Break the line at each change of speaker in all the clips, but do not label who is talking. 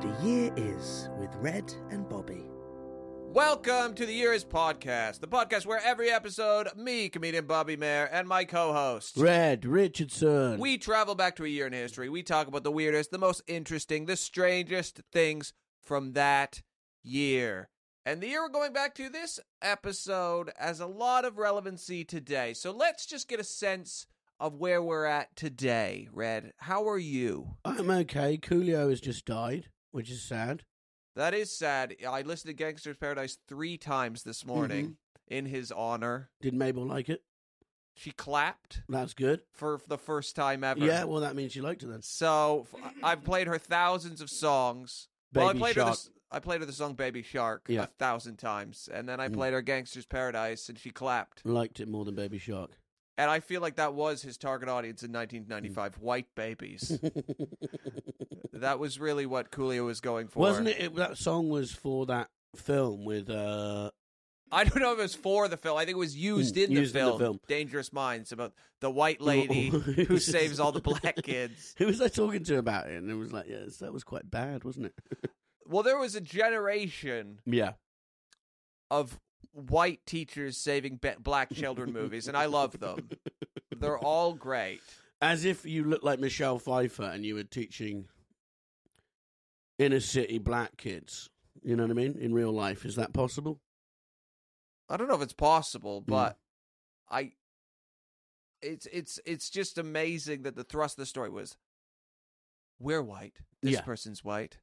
The year is with Red and Bobby.
Welcome to the Year Is Podcast, the podcast where every episode, me, comedian Bobby Mayer, and my co host,
Red Richardson.
we travel back to a year in history. We talk about the weirdest, the most interesting, the strangest things from that year. And the year we're going back to this episode has a lot of relevancy today. So let's just get a sense of where we're at today, Red. How are you?
I'm okay. Coolio has just died, which is sad.
That is sad. I listened to Gangster's Paradise three times this morning in his honor.
Did Mabel like it?
She clapped.
That's good.
for the first time ever.
Yeah, well, that means she liked it then.
So f- I've played her thousands of songs. well, I
Baby
played her
Shark.
this, I played her the song "Baby Shark"
Yeah.
a thousand times, and then I
Mm.
played her "Gangster's Paradise," and she clapped.
Liked it more than Baby Shark.
And I feel like that was his target audience
Mm.
in 1995: white babies. that was really what Coolio was going for,
Wasn't it, it? That song was for that film with. uh
I don't know if it was for the film. I think it was used,
Mm,
in,
used
the
in the
film,
film.
"Dangerous Minds" about the white lady who saves all the black kids.
Who was I talking to about it? And it was like, yes, that was quite bad, wasn't it?
Well, there was a generation
yeah.
of white teachers saving ba- black children movies, and I love them. They're all great.
As if you looked like Michelle Pfeiffer and you were teaching inner city black kids. You know what I mean? In real life, is that possible?
I don't know if it's possible,
Hmm.
but I it's it's it's just amazing that the thrust of the story was we're white. This
Yeah.
person's white.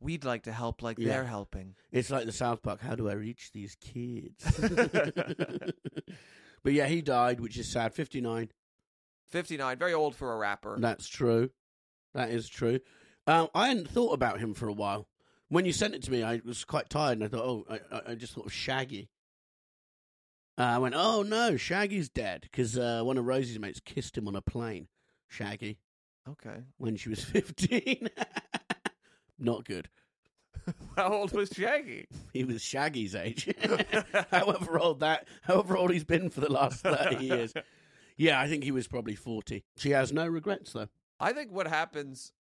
We'd like to help like
Yeah.
they're helping.
It's like the South Park. How do I reach these kids? but yeah, he died, which is sad. Fifty nine.
59, very old for a rapper.
That's true. That is true. Um, I hadn't thought about him for a while. When you sent it to me, I was quite tired, and I thought, oh, I- I, I just thought of Shaggy. Uh, I went, oh no, Shaggy's dead because uh, one of Rosie's mates kissed him on a plane. Shaggy
Okay.
when she was fifteen. Not good.
How old was Shaggy?
He was Shaggy's age. however old that, however old he's been for the last thirty years. Yeah, I think he was probably forty. She has no regrets though.
I think what happens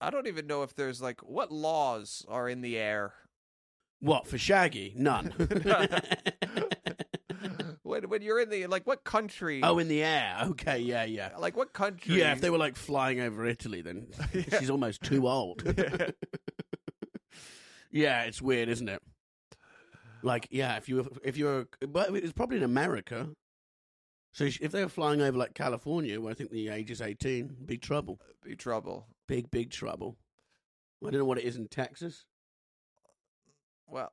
I don't even know if there's like what laws are in the air
What for Shaggy? None.
when when you're in the like what country?
oh, in the air. Okay, yeah, yeah,
like what country?
yeah. If they were like flying over Italy, then she's almost too old. yeah, it's weird, isn't it? Like, yeah, if you if you're, but it's probably in America. So if they were flying over like California, where I think the age is eighteen, big trouble,
be trouble.
big big trouble. I don't know what it is in Texas.
Well,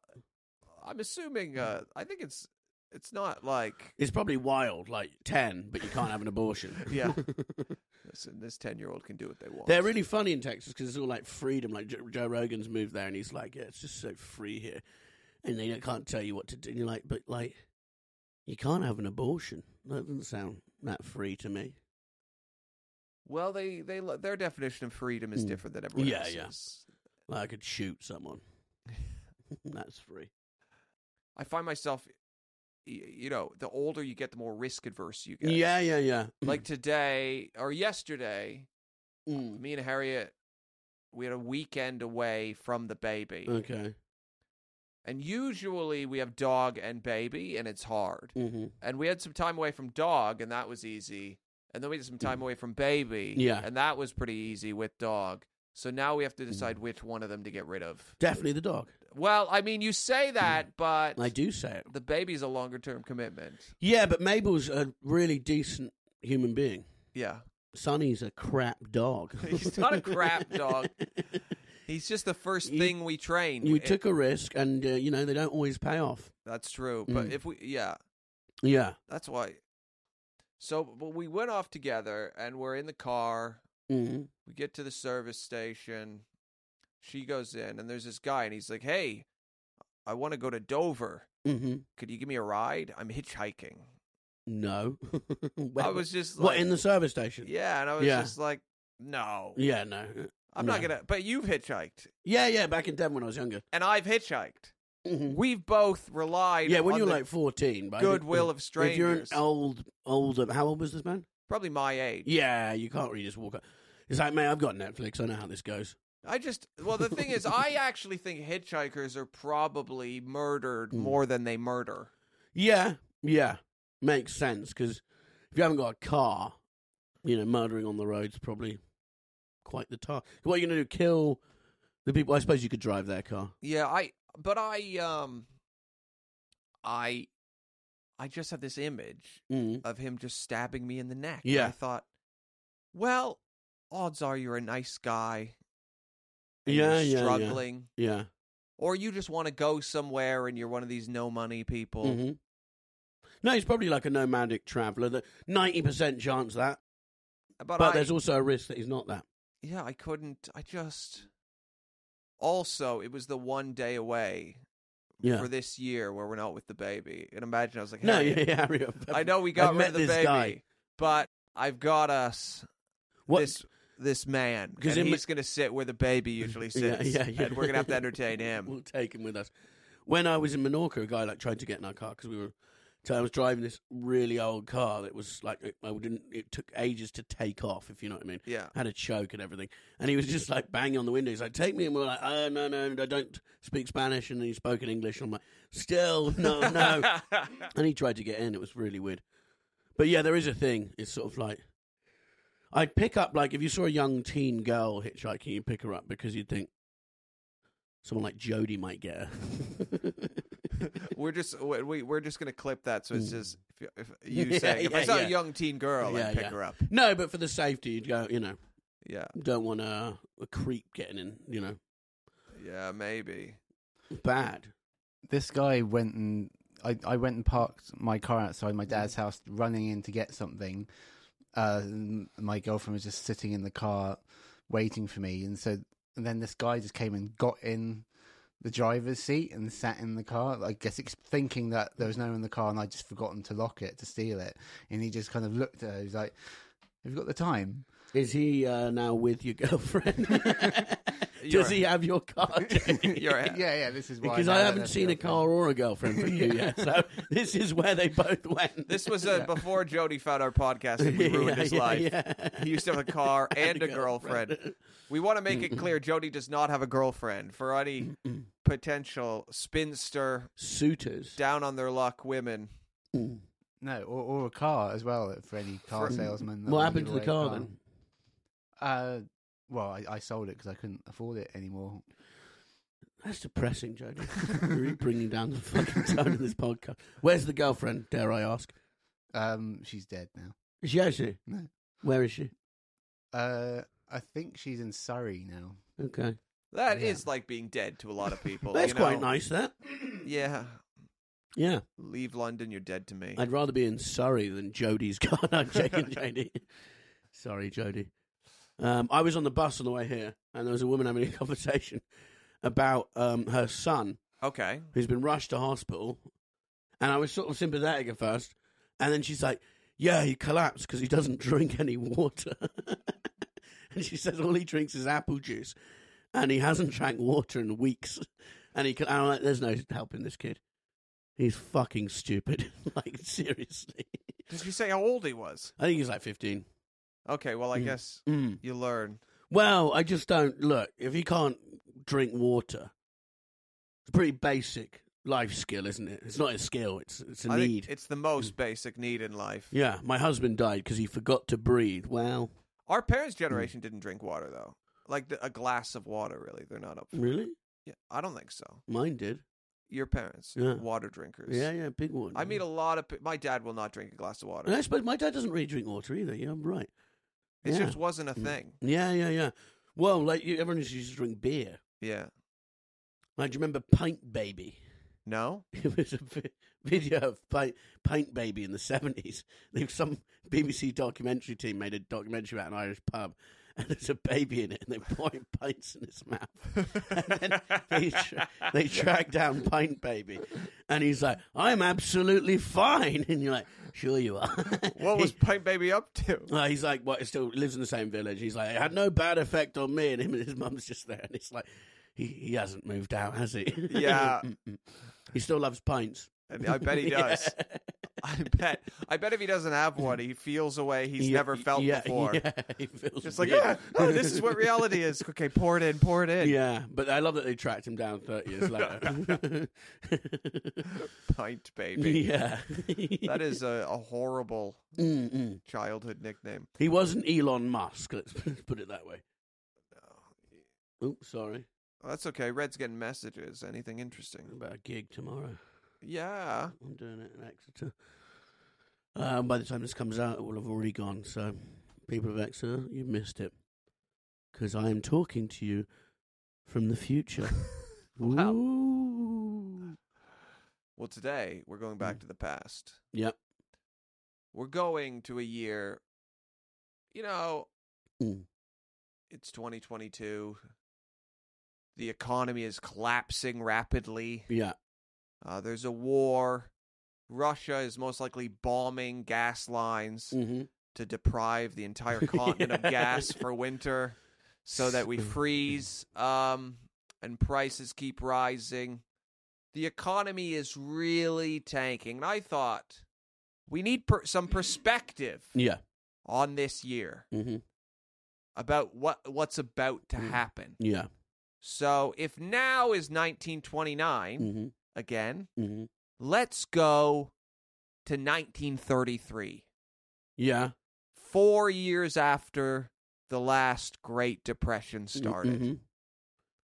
I'm assuming. Uh, I think it's it's not like
It's probably wild, like ten, but you can't have an abortion.
yeah. Listen, this ten year old can do what they want.
They're really funny in Texas because it's all like freedom. Like Joe, Joe Rogan's moved there, and he's like, "Yeah, it's just so free here," and they can't tell you what to do. And you're like, "But like, you can't have an abortion. That doesn't sound that free to me."
well. They they lo- their definition of freedom is
Mm.
different than everyone
Yeah, yeah.
else's.
Like, I could shoot someone. That's free.
I find myself, y- you know, the older you get, the more risk adverse you get.
Yeah, yeah, yeah.
Like today or yesterday,
Mm.
me and Harriet, we had a weekend away from the baby.
okay.
And usually we have dog and baby, and it's hard.
Mm-hmm.
And we had some time away from dog, and that was easy. And then we had some time away from baby,
Mm. Yeah. Mm.
and that was pretty easy with dog. So now we have to decide which one of them to get rid of.
Definitely the dog.
Well, I mean, you say that, but
I do say it.
the baby's a longer term commitment.
Yeah, but Mabel's a really decent human being.
Yeah.
Sonny's a crap dog.
He's not a crap dog. He's just the first
You-
thing we train.
You
It-
took a risk, and uh, you know they don't always pay off.
That's true. But
Mm.
if we, yeah,
Yeah.
that's why. So, but we went off together and we're in the car.
Mm-hmm.
We get to the service station. She goes in and there's this guy and he's like, Hey, I want to go to Dover.
Mm-hmm.
Could you give me a ride? I'm hitchhiking.
No.
I
Well,
was just like,
what in the service station?
Yeah. And I was
Yeah.
just like, No,
Yeah, no.
I'm not
no.
going to. But you've hitchhiked
Yeah, yeah. Back in Devon when I was younger.
and I've hitchhiked.
Mhm.
We've both relied
Yeah, when
on
you're
the
like 14. But I think-
goodwill of
If you're an
strangers.
old, old, how old was this man?
Probably my age.
Yeah, you can't really just walk up. It's like, mate, I've got Netflix. I know how this goes.
I just well the thing is I actually think hitchhikers are probably murdered
Mm.
more than they murder.
Yeah, yeah, makes sense because if you haven't got a car, you know, murdering on the road's probably quite the task. What are you going to do? Kill the people? I suppose you could drive their car.
Yeah, I but I um I I just have this image
Mm.
of him just stabbing me in the neck.
Yeah.
I thought, well, odds are you're a nice guy. and
Yeah, yeah,
you're
yeah,
struggling.
yeah.
Or you just want to go somewhere and you're one of these no money people.
hmm No, he's probably like a nomadic traveller. That ninety percent chance that,
But,
but
I,
there's also a risk that he's not that.
yeah, I couldn't. I just. Also, it was the one day away
Yeah.
for this year where we're not with the baby. And imagine I was like,
no,
"Hey,
yeah, yeah, Harry, I've-
I know we
I've
got rid
met
of the
this
baby,
guy.
but I've got us
What?
this this man
'Cause
because
in-
he's going to sit where the baby usually sits,
yeah, yeah.
and we're going to have to entertain him.
we'll take him with us. When I was in Menorca, a guy like tried to get in our car because we were. So I was driving this really old car that was like it- I didn't. It took ages to take off, if you know what I mean.
yeah,
Had a choke and everything, and he was just like banging on the window. He's like, "Take me," and we're like, "Oh no, no, I don't speak Spanish." And he spoke in English, and I'm like, "Still, no, Oh, no." and he tried to get in. It was really weird. But yeah, there is a thing. It's sort of like I'd pick up like if you saw a young teen girl hitchhiking, you'd pick her up because you'd think someone like Jody might get her.
we're just we- we we're just going to clip that. So it's
Mm.
just if, if you
Yeah,
saying if I
yeah,
saw
yeah.
a young teen girl,
Yeah,
I'd pick
yeah.
her up.
no, but for the safety, you'd go. You know,
Yeah,
don't want a, a creep getting in. You know,
yeah, maybe.
bad.
This guy went and I, I went and parked my car outside my dad's
Mm.
house, running in to get something. Uh, and my girlfriend was just sitting in the car, waiting for me, and so and then this guy just came and got in the driver's seat and sat in the car. I guess ex- thinking that there was no one in the car, and I would just forgotten to lock it to steal it. And he just kind of looked at her. He's like, "Have you got the time?"
Is he uh, now with your girlfriend?
You're-
Does he have your card?
You're a-
yeah, yeah. This is why
because
now
I
that
haven't
that's
seen a
girlfriend.
car or a girlfriend from you yet. So this is where they both went.
This was uh, before Jody found our podcast and we ruined
Yeah,
his
yeah,
life.
yeah.
He used to have a car and a girlfriend. We want to make it clear Jody does not have a girlfriend. For any potential spinster,
Suitors. Hmm.
down on their luck women,
No, or, or a car as well for any car
For-
salesman. that
what
will
happened to
give
the
away a
car then?
Uh, well, I, I sold it because I couldn't afford it anymore.
That's depressing, Jody. really bringing down the fucking tone of this podcast. Where's the girlfriend? Dare I ask?
Um, she's dead now.
Is she actually?
No.
Where is she?
Uh, I think she's in Surrey now.
Okay,
that is
Yeah.
like being dead to a lot of people.
that's
you know?
quite nice. That.
Yeah.
Yeah,
Leave London, you're dead to me.
I'd rather be in Surrey than Jody's car. I'm joking, Jody. Sorry, Jody. Um, I was on the bus on the way here, and there was a woman having a conversation about um, her son
Okay.
who's been rushed to hospital. And I was sort of sympathetic at first. And then she's like, Yeah, he collapsed because he doesn't drink any water. and she says, All he drinks is apple juice. And he hasn't drank water in weeks. And he can, I'm like, There's no helping this kid. He's fucking stupid. like, seriously.
Did you say how old he was?
I think he's like 15.
Okay, well, I
Mm.
guess
Mm.
you learn.
Well, I just don't. Look, if he can't drink water, It's a pretty basic life skill, isn't it? It's not a skill. It's it's a
I think
need. Mm.
it's the most basic need in life.
yeah, my husband died because he forgot to breathe. Wow,
Our
Mm.
parents' generation didn't drink water though. Like the, a glass of water, really. They're not up. For
really?
Yeah, I don't think so.
Mine did.
Your parents,
Yeah.
water drinkers.
Yeah, yeah, big one.
I meet a lot of. pe- My dad will not drink a glass of water.
And I suppose my dad doesn't really drink water either. Yeah, I'm right.
It
yeah. Mm.
just wasn't a thing.
Yeah, yeah, yeah. Well, like you, everyone used to drink beer.
Yeah.
Like, do you remember Pint Baby?
No.
It was a vi- video of Pint, Pint Baby in the seventies. Some BBC documentary team made a documentary about an Irish pub, and there's a baby in it, and they're pouring pints in his mouth. And then they tra- they track down Pint Baby, and he's like, "I'm absolutely fine," and you're like, "Sure you are."
What was
He-
Pint Baby up to?
Uh, he's like, what? Still lives in the same village. He's like, it had no bad effect on me, and him and his mum's just there, and it's like, he, he hasn't moved out, has he?
Yeah.
he still loves pints.
And I bet he does.
Yeah.
I bet. I bet if he doesn't have one, he feels a way he's
Yeah,
never felt
yeah,
before.
Yeah, he feels
Just like,
weird.
ah, oh, this is what reality is. Okay, pour it in, pour it in.
Yeah, but I love that they tracked him down thirty years later.
Pint Baby.
yeah,
That is a, a horrible
Mm-mm.
childhood nickname.
He wasn't Elon Musk. Let's put it that way. Oops, sorry
Oh, that's okay. Red's getting messages. Anything interesting?
about a gig tomorrow.
Yeah.
I'm doing it in Exeter. Um, by the time this comes out, it will have already gone. So, people of Exeter, you've missed it. Because I am talking to you from the future.
Wow.
Ooh.
Well, today we're going back to the past.
Mm. Yep.
We're going to a year. You know,
Mm.
it's 2022. The economy is collapsing rapidly.
Yeah.
Uh, there's a war. Russia is most likely bombing gas lines
Mm-hmm.
to deprive the entire continent of
Yeah.
gas for winter so that we freeze um, and prices keep rising. The economy is really tanking. And I thought we need per- some perspective
Yeah.
on this year
Mm-hmm.
about what what's about to
Mm.
happen.
Yeah.
So if now is 1929
Mm-hmm.
again,
Mm-hmm.
let's go to 1933.
Yeah. Mm-hmm.
four years after the last Great Depression started.
Mhm.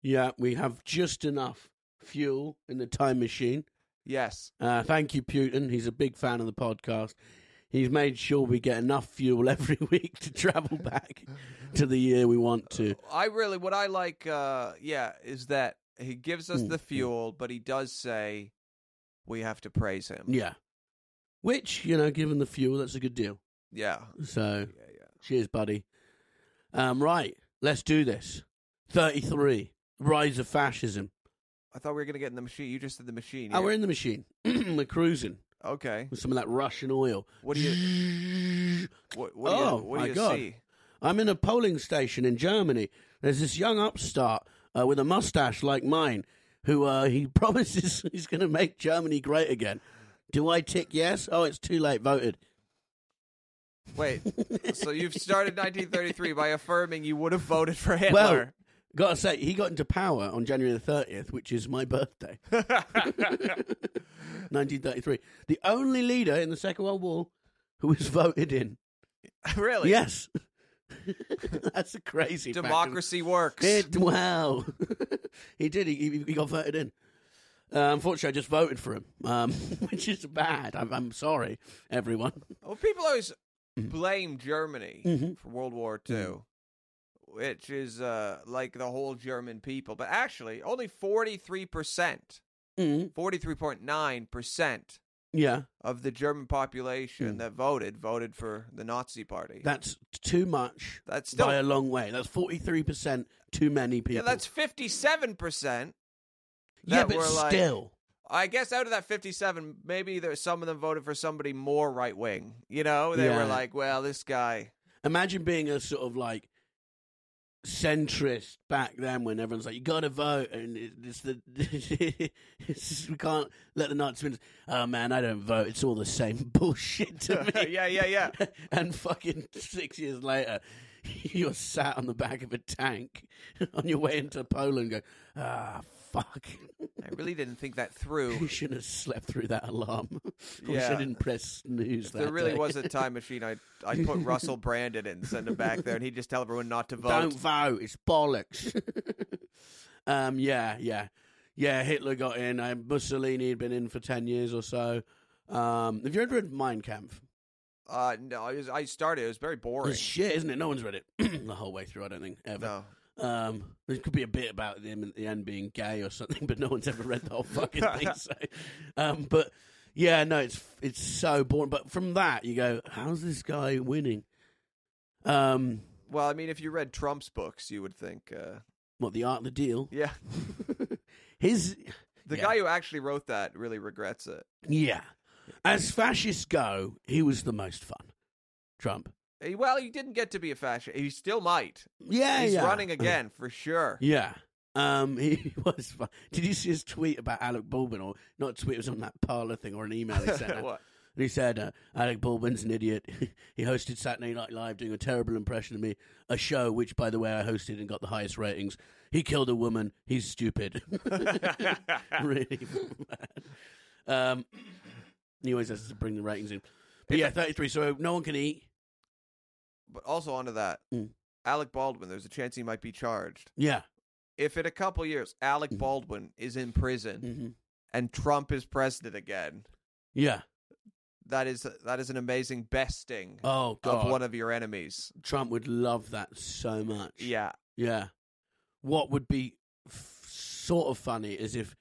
Yeah. We have just enough fuel in the time machine.
Yes.
Uh, thank you, Putin. He's a big fan of the podcast. He's made sure we get enough fuel every week to travel back to the year we want to.
I really, what I like, uh, yeah, is that he gives us
Mm,
the
mm.
fuel, but he does say we have to praise him.
Yeah. Which, you know, given the fuel, that's a good deal.
Yeah.
So,
Yeah, yeah.
cheers, buddy. Um, right. Let's do this. 33. Rise of fascism.
I thought we were going to get in the machine. You just did the machine.
Oh,
here.
we're in the machine. we're cruising
Okay.
with some of that Russian oil.
What do you- What, what do you,
Oh,
what do
my
you
God.
see?
I'm in a polling station in Germany. There's this young upstart uh, with a mustache like mine who uh, he promises he's going to make Germany great again. Do I tick yes? Oh, it's too late. Voted.
Wait. so you've started 1933 by affirming you would have voted for Hitler.
Well, gotta say, he got into power on January the 30th, which is my birthday. 1933. The only leader in the Second World War who was voted in.
really?
Yes. That's a crazy fact.
Democracy works.
It, wow. he did. He, he he got voted in. Uh, unfortunately, I just voted for him, um, which is bad. I'm, I'm sorry, everyone.
Well, people always
Mm-hmm.
blame Germany for World War II, which is uh, like the whole German people. But actually, only 43%, Mm-hmm.
Mm,
43.9%
yeah,
of the German population
Mm.
that voted, voted for the Nazi party.
that's too much
that's still,
by a long way. That's 43% too many people.
yeah, that's 57%.
Yeah,
that
but
were like-
still.
I guess out of that 57, maybe there's some of them voted for somebody more right wing. You know, they were
Yeah.
like, well, this guy.
Imagine being a sort of like centrist back then when everyone's like, you got to vote. And it- it's the, it's just- we can't let the Nazis win. Oh man, I don't vote. It's all the same bullshit to me.
yeah, yeah, yeah.
and fucking six years later, you're sat on the back of a tank on your way into Poland going, ah, fuck.
I really didn't think that
We
through.
should have slept through that alarm. We
Yeah.
should not press snooze.
If there
that
really
day.
was a time machine, I'd, I'd put Russell Brand in it and send him back there, and he'd just tell everyone not to vote.
Don't vote. It's bollocks. um, yeah, yeah, yeah. Hitler got in. Uh, Mussolini had been in for ten years or so. Um, have you ever read Mein Kampf?
Uh, no, I, was, I started. It was very boring.
It's shit, isn't it? No one's read it the whole way through. I don't think ever.
No.
Um, there could be a bit about him at the end being gay or something, but no one's ever read the whole fucking thing. So, um, but yeah, no, it's it's so boring. But from that, you go, how's this guy winning? Um,
Well, I mean, if you read Trump's books, you would think, uh,
what the art of the deal?
yeah,
His
the
Yeah.
guy who actually wrote that really regrets it.
yeah, as fascists go, he was the most fun. Trump.
He- Well, he didn't get to be a fascist. He still might.
Yeah,
He's
yeah.
running again for sure.
Yeah. Um, he was fun. Did you see his tweet about Alec Baldwin or not? A tweet it was on that parlor thing or an email he sent. out.
What?
And he said, uh, Alec Baldwin's an idiot. he hosted Saturday Night Live doing a terrible impression of me, a show which, by the way, I hosted and got the highest ratings. He killed a woman. He's stupid. really bad. Um, he always has to bring the ratings in. But yeah, 33. So no one can eat.
But also onto that,
Mm.
Alec Baldwin. There's a chance he might be charged.
Yeah.
If in a couple years Alec Baldwin is in prison
hmm
and Trump is president again,
Yeah.
that is that is an amazing besting
Oh, God.
of one of your enemies.
Trump would love that so much.
Yeah,
Yeah. What would be f- sort of funny is if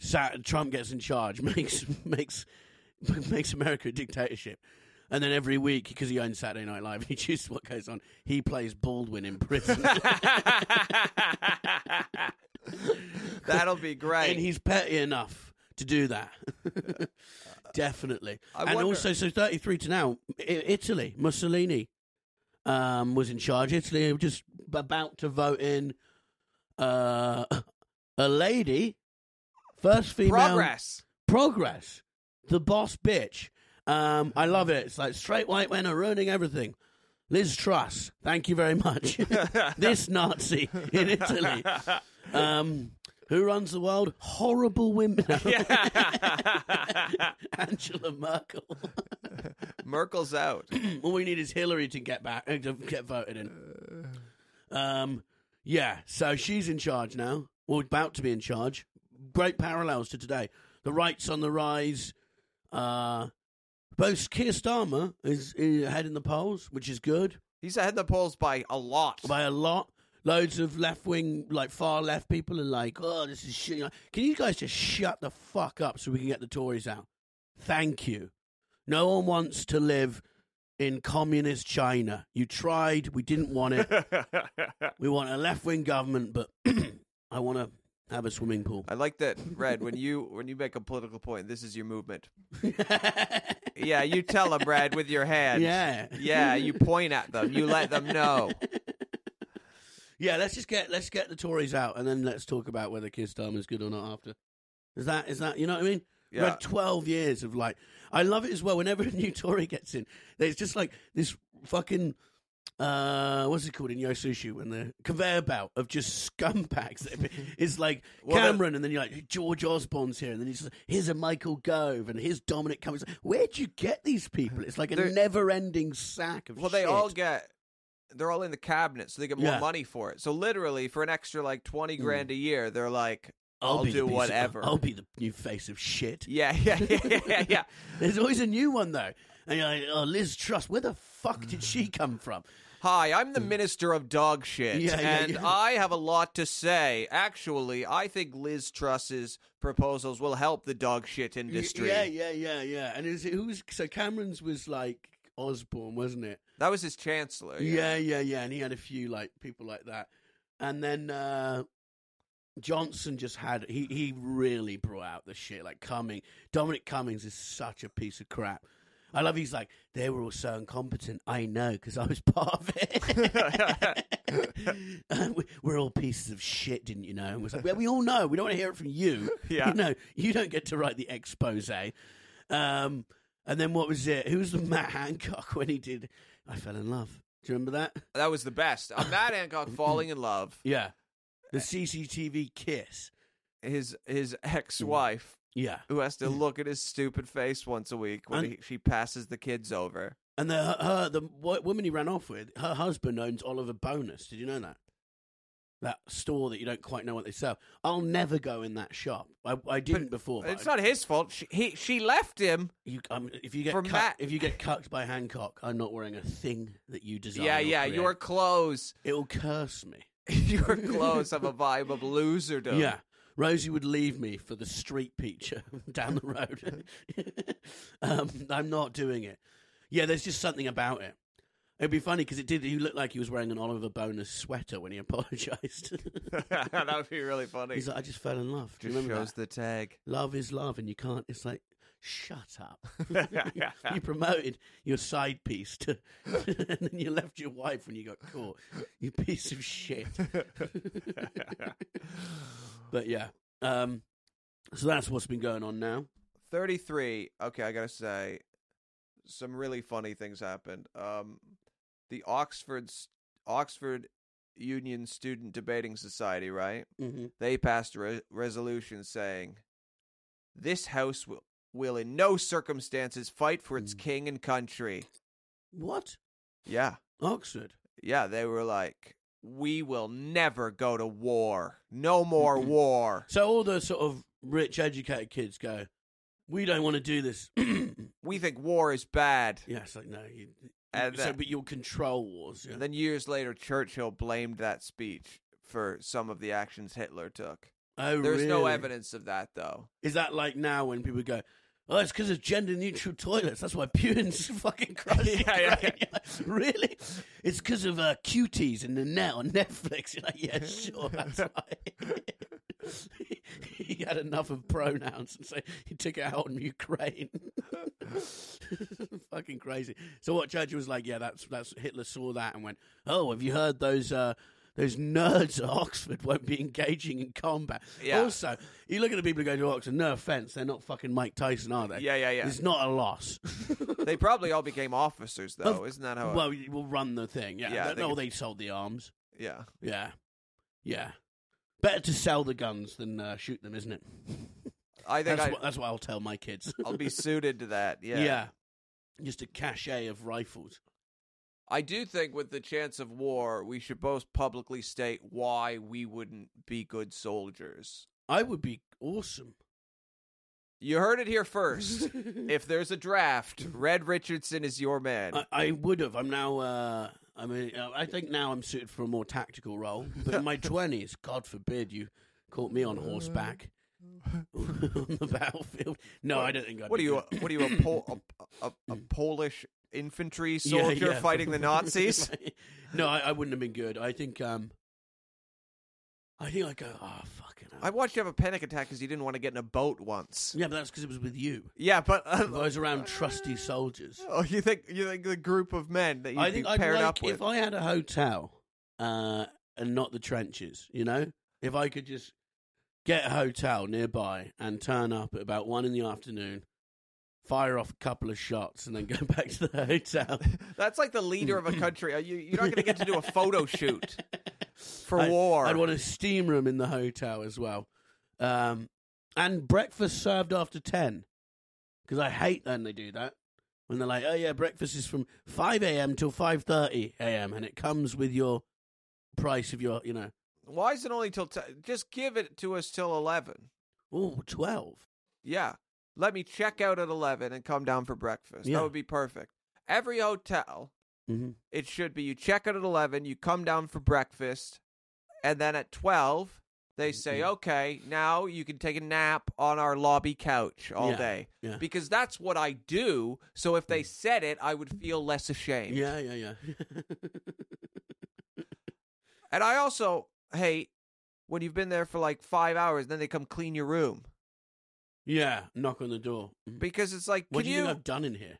Sa- Trump gets in charge, makes makes makes America a dictatorship, and then every week because he owns Saturday Night Live, he chooses what goes on. He plays Baldwin in prison,
that'll be great.
and he's petty enough to do that. Definitely,
I
and
wonder-
also so thirty three to now, I- Italy, Mussolini um, was in charge. Italy were just about to vote in uh, a lady, first female
Progress.
progress, the boss bitch. Um, I love it. It's like straight white men are ruining everything. Liz Truss, thank you very much. this Nazi in Italy, um, who runs the world? Horrible women. Angela Merkel.
Merkel's out.
All we need is Hillary to get back, uh, to get voted in. Um, yeah. So she's in charge now. Well, about to be in charge. Great parallels to today. The right's on the rise. Uh, both Keir Starmer is, is ahead in the polls, which is good
He's ahead in the polls by a lot.
by a lot. Loads of left wing, like far left people, are like, "Oh, this is shit." Can you guys just shut the fuck up so we can get the Tories out? Thank you. No one wants to live in communist China. You tried. We didn't want it. we want a left wing government, but I want to have a swimming pool.
I like that, Red. When you when you make a political point, this is your movement. Yeah, you tell them, Red, with your hand.
Yeah.
yeah. You point at them. You let them know.
Yeah, let's just get let's get the Tories out, and then let's talk about whether Keir Starmer is good or not. After is that is that you know what I mean?
Yeah.
We had twelve years of like I love it as well. Whenever a new Tory gets in, there's just like this fucking uh what's it called in Yosushi when the conveyor belt of just scumbags. that have been- it's like
Well, that-
Cameron, and then you're like George Osborne's here, and then he's like, here's a Michael Gove, and here's Dominic Cummings. Where'd you get these people? It's like a
They're-
never-ending sack of
Well, they all
shit.
get. They're all in the cabinet, so they get more
Yeah. Mm.
money for it. So literally, for an extra like twenty grand a year, they're like,
I'll,
"I'll,
be the
do
piece of-
whatever."
I'll be the new face of shit.
Yeah, yeah, yeah, yeah, yeah.
There's always a new one though. And you're like, oh, Liz Truss, where the fuck did she come from?
Hi, I'm the minister of dog shit,
Yeah, yeah,
and
yeah.
I have a lot to say. Actually, I think Liz Truss's proposals will help the dog shit industry.
Yeah, yeah, yeah, yeah. And is it who's so Cameron's was like Osborne, wasn't it?
That was his chancellor.
Yeah, yeah, yeah. And he had a few like people like that. And then uh Johnson just had he he really brought out the shit like Cumming. Dominic Cummings is such a piece of crap. I love he's like they were all so incompetent. I know because I was part of it. Uh, we- we're all pieces of shit, didn't you know? And was like, well, we all know. We don't want to hear it from you.
Yeah.
you know, you don't get to write the expose. Um, and then what was it? Who was the Matt Hancock when he did? I fell in love. Do you remember that?
That was the best. Uh, Matt Hancock falling in love.
Yeah. The CCTV kiss.
his his ex wife
Yeah.
who has to look at his stupid face once a week when
And-
he, she passes the kids over.
And the her, her- the wo- woman he ran off with, her husband owns Oliver Bonus. Did you know that? That store that you don't quite know what they sell. I'll never go in that shop. I, I didn't before. but
It's
I-
not his fault. She, he she left him.
You, um, if you get
For
cucked,
Matt-
if you get cucked by Hancock, I'm not wearing a thing that you design.
yeah,
or
yeah.
create.
Your clothes,
it'll curse me.
your clothes have a vibe of loserdom.
Yeah. Rosie would leave me for the street picture down the road. um, I'm not doing it. Yeah, there's just something about it. It'd be funny because it did. He looked like he was wearing an Oliver Bonus sweater when he apologized.
that would be really funny.
He's like, I just fell in love. Do you
Just
remember
shows
that?
the tag.
Love is love, and you can't. It's like, shut up. you promoted your side piece to, and then you left your wife when you got caught. You piece of shit. but yeah, um, so that's what's been going on now.
33 okay i gotta say some really funny things happened um the oxford s- oxford union student debating society right
Mm-hmm.
they passed a re- resolution saying this house will will in no circumstances fight for its
Mm.
king and country
What
yeah
Oxford?
yeah they were like we will never go to war no more war
So all the sort of rich, educated kids go, we don't want to do this. yeah,
we think war is bad
it's like no, you.
And
so,
that-
but you'll control wars. Yeah.
And then years later, Churchill blamed that speech for some of the actions Hitler took.
oh,
There's no
really?
evidence of that, though.
Is that like now when people go, oh, it's because of gender neutral toilets. That's why Putin's fucking crushing.
Yeah, yeah,
Ukraine." You're like, really? It's because of uh, cuties in the net on Netflix. You're like, yeah, sure, that's right. he had enough of pronouns and so he took it out on Ukraine. fucking crazy. So what Churchill was like, yeah, that's that's Hitler saw that and went, oh, have you heard those? Uh, those nerds at Oxford won't be engaging in combat.
Yeah.
Also, you look at the people who go to Oxford, no offense, they're not fucking Mike Tyson, are they?
Yeah, yeah, yeah.
It's not a loss.
They probably all became officers, though.
Of-
Isn't that how? it-
well, you will run the thing. Yeah.
Yeah,
Yeah,
they
no,
could-
they sold the arms.
yeah.
Yeah. Yeah. Better to sell the guns than uh, shoot them, isn't it?
I think
That's,
I,
what, that's what I'll tell my kids.
I'll be suited to that. Yeah.
Just a cachet of rifles.
I do think with the chance of war, we should both publicly state why we wouldn't be good soldiers.
I would be awesome.
You heard it here first. if there's a draft, Red Richardson is your man.
I, I would have. I'm now. Uh, I mean, uh, I think now I'm suited for a more tactical role. But in my twenties, God forbid you caught me on horseback on the battlefield. No, I don't think. I'd
what are
be
you?
good.
What are you? A, Pol- a, a, a Polish infantry
Yeah,
soldier
yeah.
fighting the Nazis?
no, I, I wouldn't have been good. I think. Um, I think I go. Oh, fucking.
I
Hell.
watched you have a panic attack because you didn't want to get in a boat once.
Yeah, but that's because it was with you.
Yeah, but uh,
If I was around trusty soldiers.
oh, you think you think the group of men that you'd
I think
be
I'd
paired
like
up with?
if I had a hotel uh, and not the trenches. You know, if I could just get a hotel nearby and turn up at about one in the afternoon, fire off a couple of shots, and then go back to the hotel.
That's like the leader of a country. Are You, you're not going to get to do a photo shoot for
I-
war.
I'd want a steam room in the hotel as well, um, and breakfast served after ten. Because I hate when they do that. When they're like, "Oh yeah, breakfast is from five a.m. till five thirty a.m. and it comes with your price of your, you know,
Why is it only till t- just give it to us till eleven?
oh, 12.
Yeah, let me check out at eleven and come down for breakfast.
Yeah.
That would be perfect. Every hotel
Mm-hmm.
It should be you check out at 11, you come down for breakfast, and then at 12, they
Mm,
say, okay, now you can take a nap on our lobby couch all
Yeah,
day.
yeah. Mm.
Because that's what I do. So if they said it, I would feel less ashamed.
Yeah, yeah, yeah.
And I also hate when you've been there for like five hours, then they come clean your room.
yeah, knock on the door. Mhm.
Because it's like,
What
can
do you
you?
think I've done in here?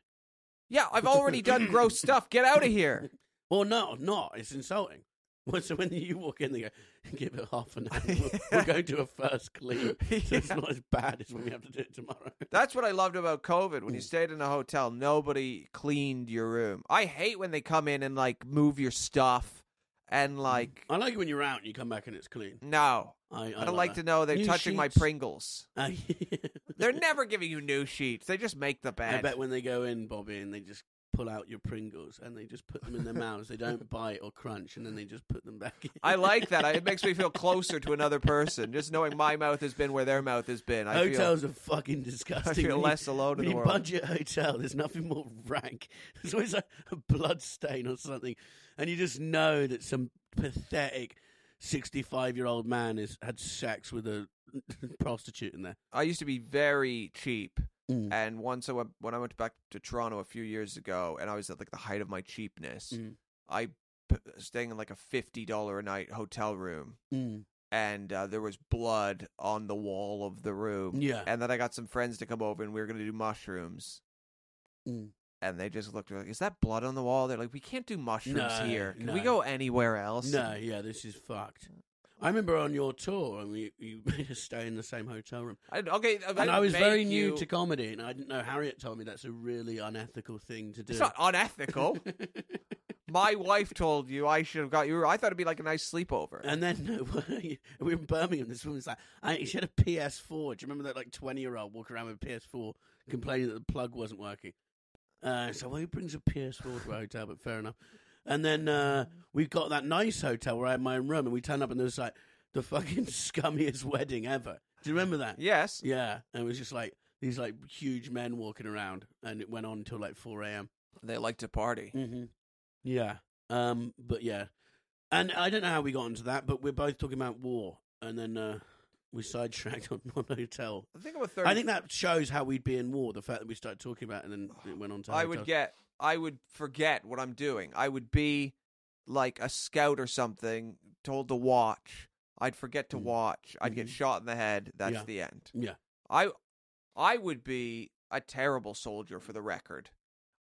Yeah, I've already done gross stuff. Get out of here.
Well, no, not. It's insulting. Well, So when you walk in, they go, give it half an hour. We'll, we'll go do a first clean. So it's
Yeah.
not as bad as when we have to do it tomorrow.
That's what I loved about COVID. When you stayed in a hotel, nobody cleaned your room. I hate when they come in and like move your stuff and like
Mm. I like it when you're out and you come back and it's clean.
no.
I, I
I'd like to know they're
New
touching my
sheets.
Pringles.
Uh,
They're never giving you new sheets. They just make the bed.
I bet when they go in, Bobby, and they just pull out your Pringles and they just put them in their mouths. They don't bite or crunch, and then they just put them back. in.
I like that. I, it makes me feel closer to another person. Just knowing my mouth has been where their mouth has been. I
Hotels are fucking disgusting.
feel
When
less alone in
when
the
you
world.
budget hotel, there's nothing more rank. There's always a, a blood stain or something, and you just know that some pathetic sixty-five-year-old man has had sex with a prostitute in there.
feel. I used to be very cheap,
Mm.
and once I went when I went back to Toronto a few years ago, and I was at like the height of my cheapness.
Mm.
I p- staying in like a fifty dollar a night hotel room, and uh, there was blood on the wall of the room.
Yeah.
And then I got some friends to come over, and we were going to do mushrooms.
Mm.
And they just looked like, "Is that blood on the wall?" They're like, "We can't do mushrooms
No,
here. Can we
no.
go anywhere else?"
No, yeah, this is fucked. I remember on your tour, and we you made us stay in the same hotel room.
I, okay,
And I was very new
you,
to comedy, and I didn't know. Harriet told me that's a really unethical thing to do.
It's not unethical. My wife told you I should have got you. I thought it'd be like a nice sleepover.
And then uh, we were in Birmingham. This woman's like, I, she had a PS4. Do you remember that like twenty year old walking around with a PS4 complaining that the plug wasn't working? Uh, so well, who brings a PS4 to a hotel? But fair enough. And then uh, we got that nice hotel where I had my own room, and we turned up, and there was like the fucking scummiest wedding ever. Do you remember that?
yes,
Yeah, and it was just like these like huge men walking around, and it went on until like four a.m.
they like to party.
Mm-hmm. Yeah. Um. But yeah, and I don't know how we got into that, but we're both talking about war, and then uh, we sidetracked on one hotel.
I think I'm a third.
I think that shows how we'd be in war. The fact that we started talking about it and then it went on to.
I would
hotels.
get. I would forget what I'm doing. I would be like a scout or something, told to watch. I'd forget to
Mm.
watch. I'd get
Mhm.
shot in the head. That's
Yeah.
the end.
Yeah.
I I would be a terrible soldier for the record.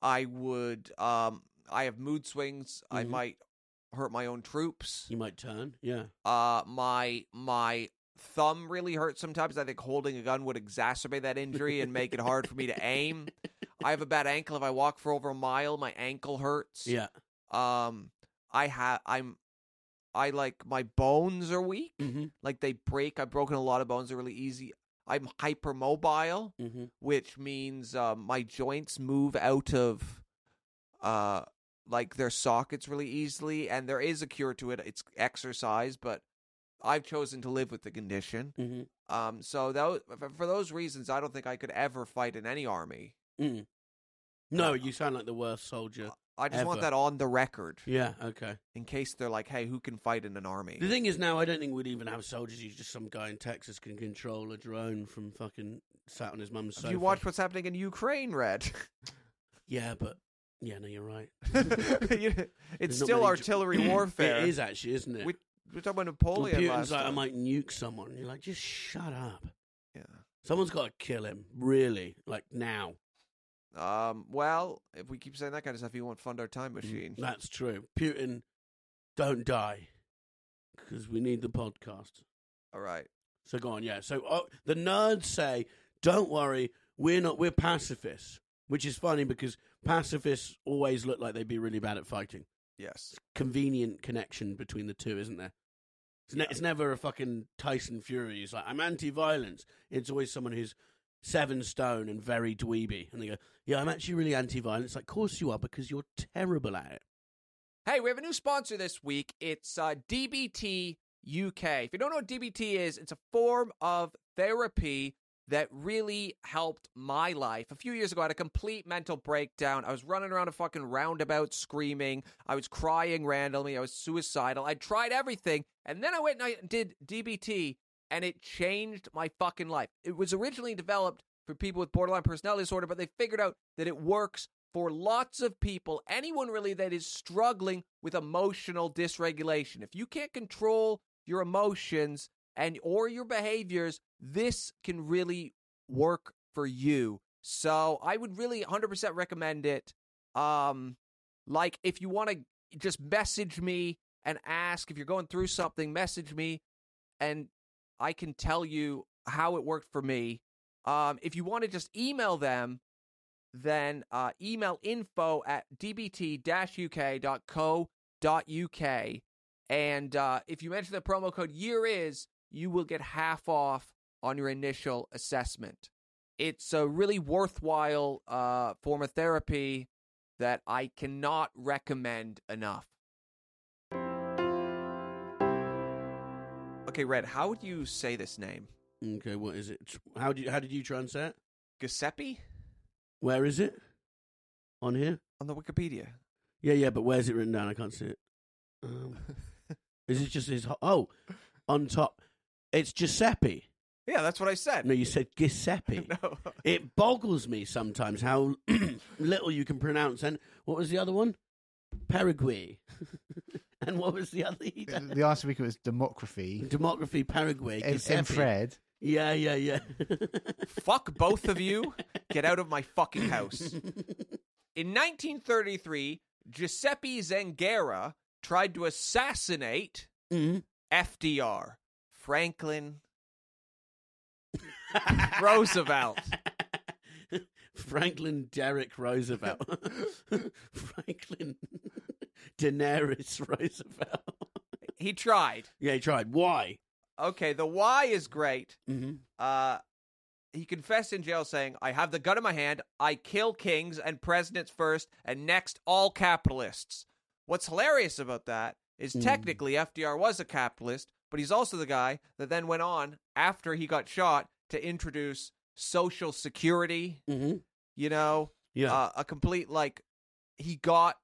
I would um I have mood swings. I
Mhm.
might hurt my own troops.
You might turn. Yeah.
Uh my my thumb really hurts sometimes. I think holding a gun would exacerbate that injury and make it hard for me to aim. I have a bad ankle if I walk for over a mile, my ankle hurts.
Yeah.
Um I have I'm I like my bones are weak.
Mm-hmm.
Like they break. I've broken a lot of bones. They're really easy. I'm hypermobile
Mm-hmm.
which means um, my joints move out of uh like their sockets really easily and there is a cure to it it's exercise but i've chosen to live with the condition
Mm-hmm.
um so tho- f for those reasons i don't think i could ever fight in any army
Mm. No, you sound like the worst soldier.
i just want
Ever.
that on the record
Yeah. Okay.
in case they're like hey who can fight in an army
The thing is now, I don't think we'd even have soldiers. You just some guy in Texas can control a drone from fucking sat on his mum's
Have
sofa.
you watch what's happening in ukraine red
Yeah, but yeah, no, you're right.
You-
There's
it's
not
still
many-
artillery warfare
It is actually, isn't it?
we, we talked about
Well,
napoleon
Putin's
last
like, I
time.
might nuke someone. You're like, just shut up.
yeah
Someone's got to kill him, really, like now.
Um, well, if we keep saying that kind of stuff, you won't fund our time machine.
That's true. Putin, don't die, because we need the podcast.
All right.
So go on, yeah. So uh, the nerds say, don't worry, we're not, we're pacifists, which is funny because pacifists always look like they'd be really bad at fighting.
Yes.
convenient connection between the two, isn't there? It's, ne- it's never a fucking Tyson Fury. He's like, I'm anti-violence. It's always someone who's seven stone and very dweeby, and they go, Yeah, I'm actually really anti-violence. Like, of course you are, because you're terrible at it.
Hey, we have a new sponsor this week. It's uh, DBT UK. If you don't know what DBT is, it's a form of therapy that really helped my life. A few years ago, I had a complete mental breakdown. I was running around a fucking roundabout screaming. I was crying randomly. I was suicidal. I tried everything. And then I went and I did DBT, and it changed my fucking life. It was originally developed for people with borderline personality disorder, but they figured out that it works for lots of people, anyone really that is struggling with emotional dysregulation. If you can't control your emotions and or your behaviors, this can really work for you. So I would really 100% recommend it. Um, like if you want to just message me and ask if you're going through something, message me and I can tell you how it worked for me. Um, if you want to just email them, then uh, email info at dbt-uk.co.uk. And uh, if you mention the promo code year is, you will get half off on your initial assessment. It's a really worthwhile uh, form of therapy that I cannot recommend enough. Okay, Red, how would you say this name?
Okay, what is it? Tr- How do you, how did you translate? it?
Giuseppe?
Where is it? On here?
On the Wikipedia.
Yeah, yeah, but where's it written down? I can't see it. Um, is it just his? ho- Oh, on top. It's Giuseppe.
Yeah, that's what I said.
No, you said Giuseppe.
No.
It boggles me sometimes how little you can pronounce. And what was the other one? Paraguay. and what was the other? He
The-
done-
the last week it was demography.
Demography Paraguay.
It's in
Giuseppe.
Fred.
Yeah, yeah, yeah.
Fuck both of you. Get out of my fucking house. In 1933, Giuseppe Zangara tried to assassinate
Mhm.
FDR, Franklin
Mm-hmm.
Roosevelt.
Franklin Derrick Roosevelt. Franklin Daenerys Roosevelt.
He tried.
yeah, he tried. Why?
Okay, the why is great.
Mm-hmm.
Uh, he confessed in jail saying, I have the gun in my hand. I kill kings and presidents first, and next, all capitalists. What's hilarious about that is
Mm.
technically FDR was a capitalist, but he's also the guy that then went on, after he got shot, to introduce Social Security,
Mm-hmm.
you know,
Yeah.
uh, a complete, like, he got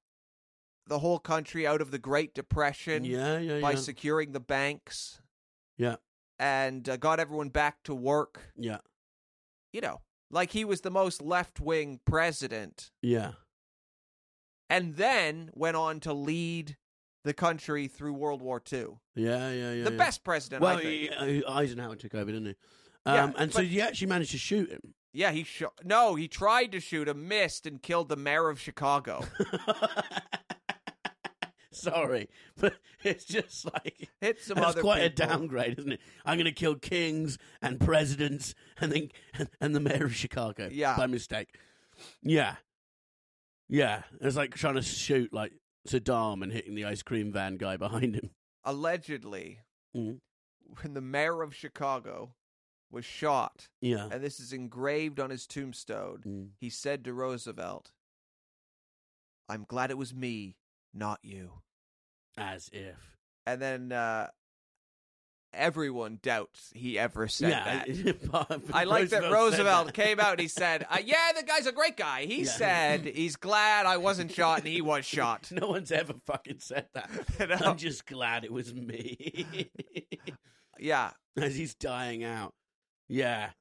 the whole country out of the Great Depression
yeah, yeah,
by
yeah.
securing the banks
yeah,
and uh, got everyone back to work
yeah,
you know, like he was the most left wing president,
yeah.
and then went on to lead the country through World War II.
Yeah, yeah, yeah.
the
yeah.
best president,
Well,
I think.
he- uh, Eisenhower took over, didn't he?
Yeah,
Um, and so
but-
you actually managed to shoot him.
yeah, he shot. No, he tried to shoot him, missed, and killed the mayor of Chicago.
Sorry, but it's just like
Hit some
that's
other.
quite
people.
a downgrade, isn't it? I'm going to kill kings and presidents and then and the mayor of Chicago.
Yeah.
by mistake. Yeah, yeah. It's like trying to shoot like Saddam and hitting the ice cream van guy behind him.
Allegedly,
Mhm.
when the mayor of Chicago was shot,
Yeah.
and this is engraved on his tombstone,
Mm.
he said to Roosevelt, "I'm glad it was me, not you."
As if.
and then uh, everyone doubts he ever said that.
I,
I like that Roosevelt came out and he said, uh, "Yeah, the guy's a great guy." He
Yeah.
said he's glad I wasn't shot and he was shot.
No one's ever fucking said that.
You know?
I'm just glad it was me.
Yeah,
As he's dying out. Yeah.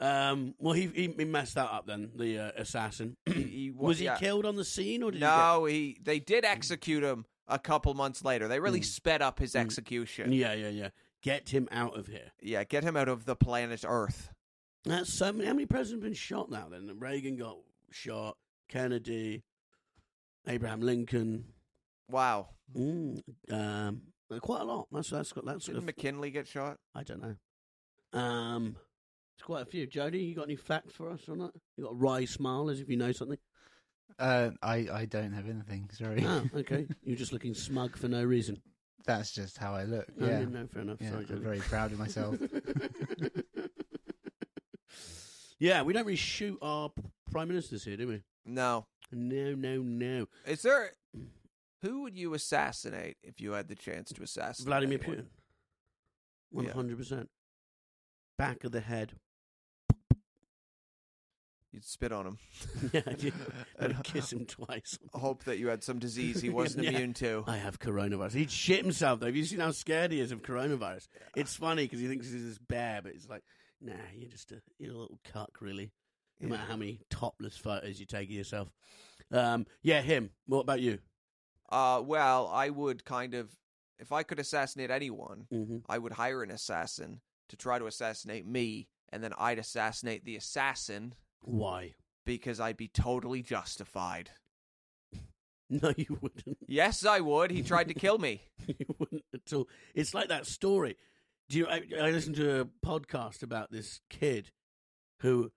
Um, well, he, he he messed that up then. The uh, assassin
he, he wa-
was he
yeah.
killed on the scene or did
No, he they did execute him a couple months later. They really
Mm.
sped up his
Mm.
execution.
He get... Yeah, yeah, yeah. Get him out of here.
Yeah, get him out of the planet Earth.
That's so many. How many presidents have been shot now? Then Reagan got shot. Kennedy, Abraham Lincoln.
Wow,
Mm, um, quite a lot. That's that's got that sort
didn't
of.
McKinley get shot?
I don't know. Um, it's quite a few. Jody, you got any facts for us on that? You got a wry smile as if you know something.
Uh, I I don't have anything. Sorry,
oh, okay. You're just looking smug for no reason.
that's just how I look.
Oh,
yeah,
yeah, no, fair enough.
yeah.
Sorry,
I'm
Jody.
very proud of myself.
yeah, we don't really shoot our p- prime ministers here, do we?
No,
No, no, no.
is there?
Mm.
Who would you assassinate if you had the chance to assassinate
Vladimir
anyone?
Putin. One
Yeah.
hundred percent. Back of the head.
You'd spit on him.
yeah, I'd kiss him twice.
Hope that you had some disease he wasn't
Yeah. Uh,
immune to.
I have coronavirus. He'd shit himself though. Have you seen how scared he is of coronavirus? It's funny because he thinks he's this bear, but it's like, nah, you're just a you're a little cuck, really. No matter how many topless photos you take of yourself. Um, yeah, him. What about you?
Uh, well, I would kind of, if I could assassinate anyone,
Mm-hmm.
I would hire an assassin to try to assassinate me, and then I'd assassinate the assassin
Why?
because I'd be totally justified.
No, you wouldn't.
Yes, I would. He tried to kill me.
you wouldn't at all. It's like that story. Do you? I, I listened to a podcast about this kid who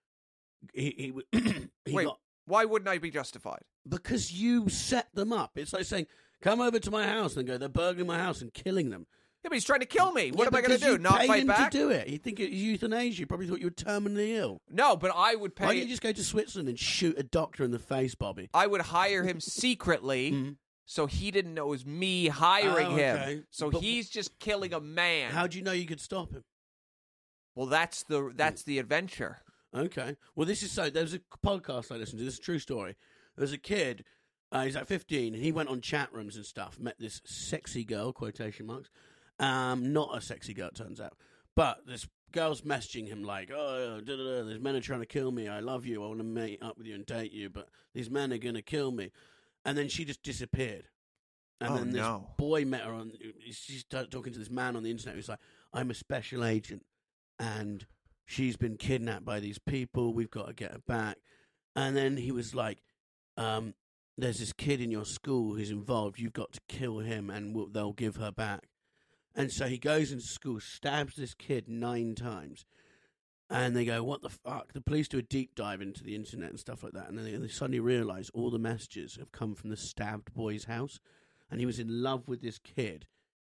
he he, w- he
Wait.
got
Why wouldn't I be justified?
because you set them up. It's like saying, "Come over to my house," and go, "They're burgling my house and killing them."
Yeah, but he's trying to kill me. What
Yeah,
am I going
because
to do?
you
Not
pay
fight
him
back?
To do it. You think it's euthanasia? You probably thought you were terminally ill.
No, but I would
Why
pay.
don't you just go to Switzerland and shoot a doctor in the face, Bobby?
I would hire him secretly.
Mm.
So he didn't know it was me hiring
Oh, okay.
him. So
But-
he's just killing a man.
How do you know you could stop him?
well, that's the that's the adventure.
Okay. Well, this is so. There was a podcast I listened to. This is a true story. There was a kid. Uh, he's like 15, and he went on chat rooms and stuff. Met this sexy girl, quotation marks. Um, not a sexy girl, it turns out. But this girl's messaging him like, "Oh, da, da, da, these men are trying to kill me. I love you. I want to meet up with you and date you, but these men are gonna kill me." And then she just disappeared. And
Oh,
then this
no.
boy met her on. She's t- talking to this man on the internet who's like, "I'm a special agent, and she's been kidnapped by these people. We've got to get her back." And then he was like, um, "There's this kid in your school who's involved. You've got to kill him, and we'll, they'll give her back." And so he goes into school, stabs this kid nine times. And they go, what the fuck? The police do a deep dive into the internet and stuff like that. And then they, they suddenly realize all the messages have come from the stabbed boy's house. And he was in love with this kid.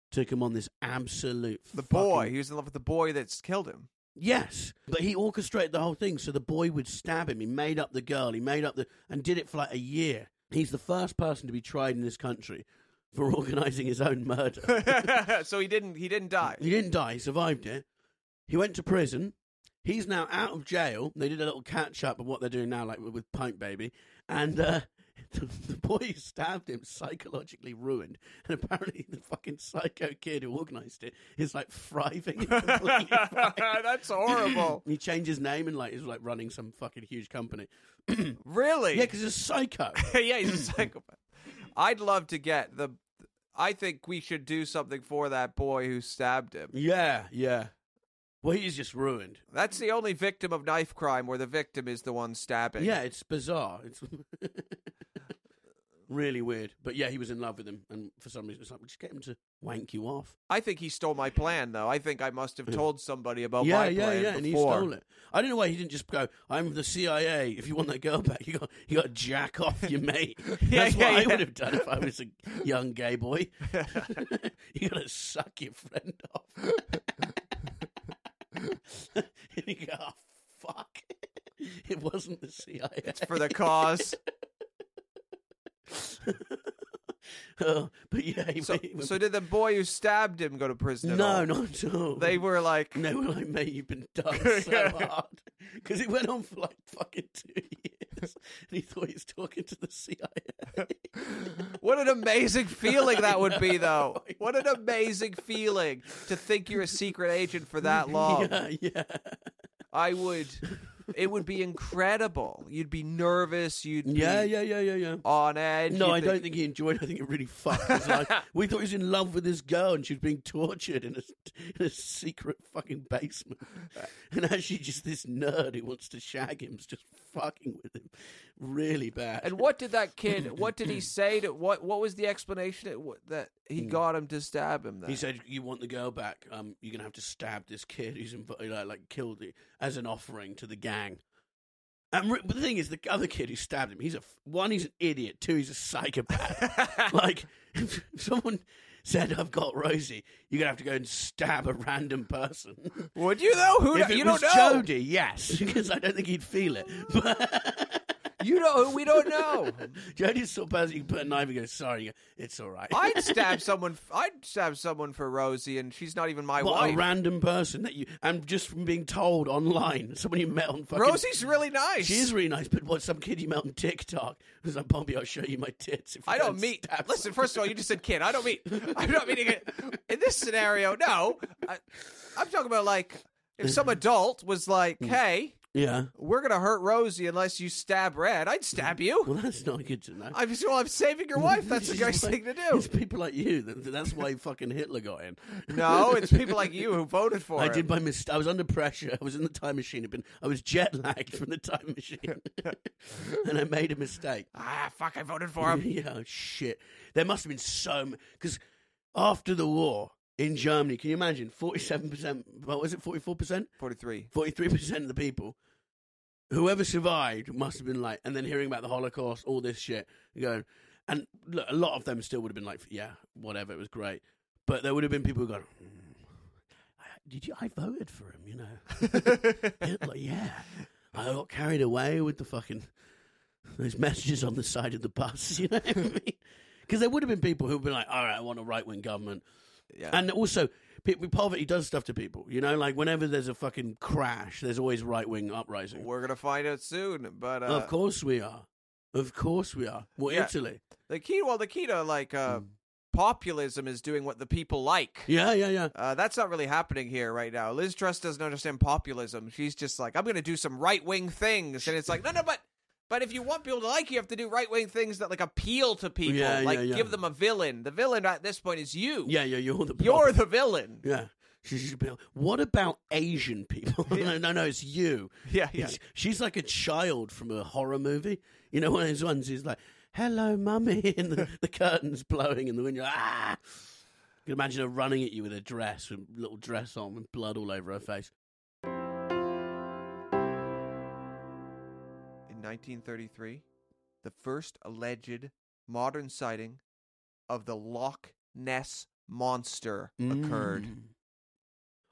Took him on this absolute.
The
fucking-
boy. He was in love with the boy that's killed him.
Yes, but he orchestrated the whole thing. So the boy would stab him. He made up the girl. He made up the and did it for like a year. He's the first person to be tried in this country for organising his own murder.
so he didn't he didn't die.
he didn't die. He survived it. He went to prison. He's now out of jail. They did a little catch up of what they're doing now, like with Pint Baby, and uh, the, the boy who stabbed him psychologically ruined. And apparently, the fucking psycho kid who organised it is like thriving. and completely fine.
that's horrible.
He changed his name and like is like running some fucking huge company.
really?
Yeah, because he's a psycho.
yeah, he's a psychopath. I'd love to get the. I think we should do something for that boy who stabbed him.
yeah, yeah. Well, he's just ruined.
That's the only victim of knife crime where the victim is the one stabbing.
Yeah, it's bizarre. It's really weird. But yeah, he was in love with him, and for some reason, it's like, well, just get him to wank you off.
I think he stole my plan, though. I think I must have told somebody about
yeah,
my
yeah,
plan
yeah,
before.
and he stole it. I don't know why he didn't just go. I'm the CIA. If you want that girl back, you got you got to jack off your mate.
Yeah,
That's
yeah,
what I
yeah.
would have done if I was a young gay boy. you got to suck your friend off. and you go, oh, fuck. It wasn't the CIA.
for the cause.
Oh, but yeah, he,
So,
he-
so did the boy who stabbed him go to prison? at
no,
all?
not at all.
They were like,
And they were like, mate, you've been done so hard. Because it went on for like fucking two years. And he thought he was talking to the CIA.
what an amazing feeling that would
Oh
be, though.
I know.
What an amazing feeling to think you're a secret agent for that long.
yeah, yeah.
I would. It would be incredible. You'd be nervous. You'd
Yeah,
be
yeah, yeah, yeah, yeah.
on edge.
No,
You'd
Hmm. I don't think he enjoyed it. I think it really fucked his life. We thought he was in love with this girl and she was being tortured in a, in a secret fucking basement. And actually, just this nerd who wants to shag him is just fucking with him really bad.
And what did that kid? What did he say to? What What was the explanation that, what, that he got him to stab him? Then
Hmm. He said, "You want the girl back? Um, you're gonna have to stab this kid who's inv- like, like killed it as an offering to the gang." And re- but the thing is, the other kid who stabbed him, he's a f- one, he's an idiot. Two, he's a psychopath. like, if someone said, "I've got Rosie," you're gonna have to go and stab a random person.
"Would you though? Who
if
do,
it
you
was
don't know?
Jody, yes, because I don't think he'd feel it.
You know who we don't know."
Jody's the sort of person you can put a knife and go, "Sorry, you go, it's all right."
I'd stab someone. I'd stab someone for Rosie, and she's not even my
What
wife.
a random person that you and just from being told online, someone you met on fucking
Rosie's really nice.
She is really nice, but what some kid you met on TikTok was like, Bobby, I'll show you my tits. If you
I don't
go
meet.
stab
Listen,
one."
first of all, you just said kid. I don't meet. I'm not meeting it in this scenario. No, I, I'm talking about like if some adult was like,
Mm.
"Hey,
yeah.
we're gonna hurt Rosie unless you stab Red," I'd stab you.
Well, that's not good to know.
I'm just, well, I'm saving your wife. That's the
She's
nice
like-
thing to do.
It's people like you. That, that's why fucking Hitler got in.
No, it's people like you who voted for
I
him.
did by mistake. I was under pressure. I was in the time machine. I've been. I was jet lagged from the time machine, and I made a mistake.
ah, fuck! I voted for him.
yeah, shit. There must have been so because after the war in Germany, can you imagine? Forty-seven percent. What was it? Forty-four percent.
Forty-three.
Forty-three percent of the people, whoever survived, must have been like. And then hearing about the Holocaust, all this shit, going, and look, a lot of them still would have been like, yeah, whatever, it was great. But there would have been people who gone, "Mm, I- did you? I voted for him, you know. Hitler, yeah. I got carried away with the fucking those messages on the side of the bus, you know what I mean? Because there would have been people who'd been like, all right, I want a right wing government.
Yeah.
And also, pe- poverty does stuff to people, you know? Like, whenever there's a fucking crash, there's always right wing uprising.
We're gonna find out soon, but uh,
of course we are. Of course we are. Well,
Yeah.
Italy.
the key, well, the key to like uh, populism is doing what the people like.
Hmm. Yeah, yeah, yeah.
Uh, that's not really happening here right now. Liz Truss doesn't understand populism. She's just like, I'm going to do some right wing things, and it's like, no, no, but but if you want people to like you, you have to do right wing things that like appeal to people,
Yeah, yeah,
like
yeah.
give them a villain. The villain at this point is you.
Yeah, yeah, you're the
you're the villain.
Yeah. She should be like, what about Asian people? no, no, no, it's you.
Yeah, yeah.
It's- she's like a child from a horror movie. You know, one of those ones is like, hello, mummy, and the, the curtain's blowing in the window. Ah! You can imagine her running at you with a dress, with little dress on, with blood all over her face.
In 1933, the first alleged modern sighting of the Loch Ness monster occurred.
Mm.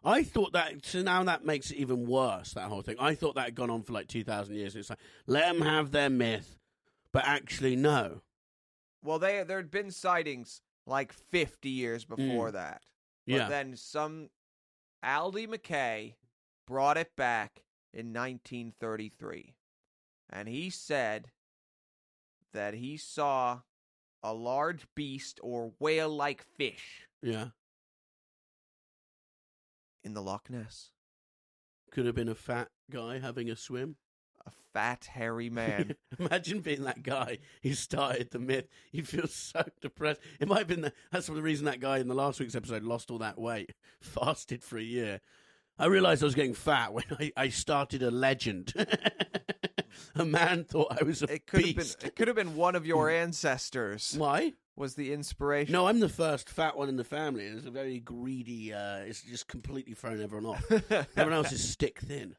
I thought that, so now that makes it even worse, that whole thing. I thought that had gone on for like 2,000 years. It's like, let them have their myth, but actually, no.
Well, they there had been sightings like 50 years before
Mm.
that. But
Yeah.
then some Aldi McKay brought it back in 1933. And he said that he saw a large beast or whale like fish
yeah.
in the Loch Ness.
Could have been a fat guy having a swim.
A fat, hairy man.
Imagine being that guy who started the myth. You feel so depressed. It might have been that, that's the reason that guy in the last week's episode lost all that weight, fasted for a year. I realized I was getting fat when I, I started a legend. a man thought I was a
it could have
beast.
been it could have been one of your ancestors
Why?
was the inspiration.
No, I'm the first fat one in the family. It's a very greedy. Uh, it's just completely thrown everyone off. everyone else is stick thin.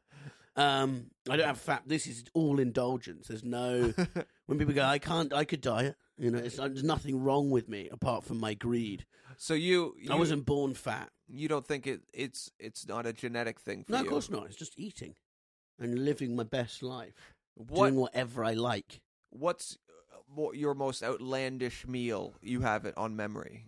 Um, I don't have fat. This is all indulgence. There's no when people go, I can't. I could diet. You know, it's, uh, there's nothing wrong with me apart from my greed.
So you, you
I wasn't born fat.
you don't think it it's it's not a genetic thing for
No,
you.
of course not. It's just eating and living my best life,
What
doing whatever I like.
what's uh, mo- your most outlandish meal you have it on memory?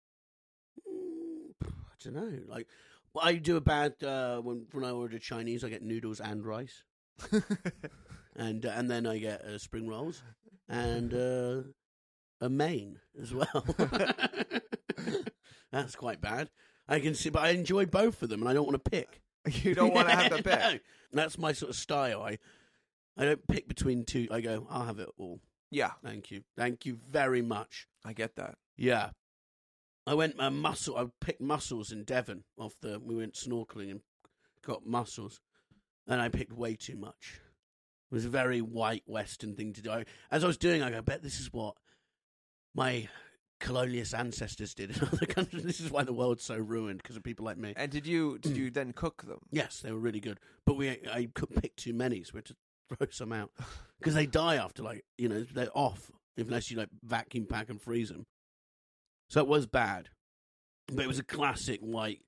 Mm, I don't know. Like, well, I do a bad uh, when when I order Chinese, I get noodles and rice, and uh, and then I get uh, spring rolls and uh, a main as well. That's quite bad. I can see, but I enjoy both of them, and I don't want to pick.
You don't want to have to
No.
pick.
That's my sort of style. I I don't pick between two. I go, I'll have it all.
Yeah,
Thank you, thank you very much.
I get that.
Yeah. I went uh, mussel. I picked mussels in Devon. Off the we went snorkeling and got mussels, and I picked way too much. It was a very white Western thing to do. I- As I was doing, I go, I bet this is what my colonialist ancestors did in other countries. This is why the world's so ruined because of people like me.
And did you
Mm.
did you then cook them?
Yes, they were really good, but we I could pick too many, so we had to throw some out because they die after like you know they're off unless you like vacuum pack and freeze them. So it was bad, but it was a classic like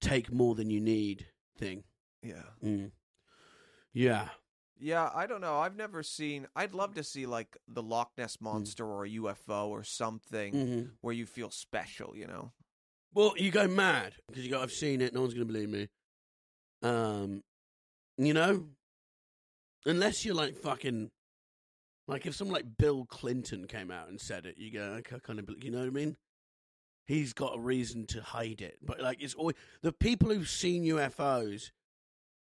take more than you need thing.
Yeah.
Mm. Yeah,
Yeah, I don't know. I've never seen I'd love to see like the Loch
Mm.
Ness monster or a UFO or something
Mhm.
where you feel special, you know.
Well, you go mad because you go, I've seen it. No one's going to believe me. Um, you know, unless you're like fucking, like if someone like Bill Clinton came out and said it, you go, I kind of, you know what I mean? He's got a reason to hide it, but like it's always the people who've seen UFOs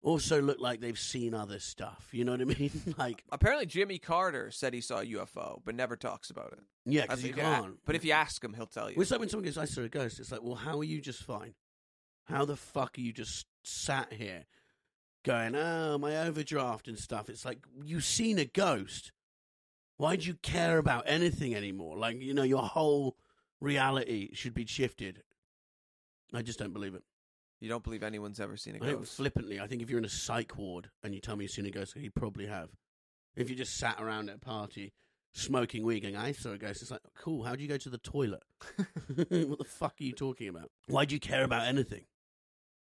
also look like they've seen other stuff. You know what I mean? like,
Apparently Jimmy Carter said he saw a UFO but never talks about it.
yeah,
I
because you
think, yeah,
can't.
But if you ask him, he'll tell you.
Well, It's like when someone goes, I saw a ghost. It's like, well, how are you just fine? How the fuck are you just sat here going, oh, my overdraft and stuff? It's like, you've seen a ghost. Why do you care about anything anymore? Like, you know, your whole reality should be shifted. I just don't believe it.
You don't believe anyone's ever seen a
I think
ghost.
flippantly, I think if you're in a psych ward and you tell me you've seen a ghost, you probably have. If you just sat around at a party smoking weed, going, I saw a ghost. It's like, cool, how'd you go to the toilet? what the fuck are you talking about? Why do you care about anything?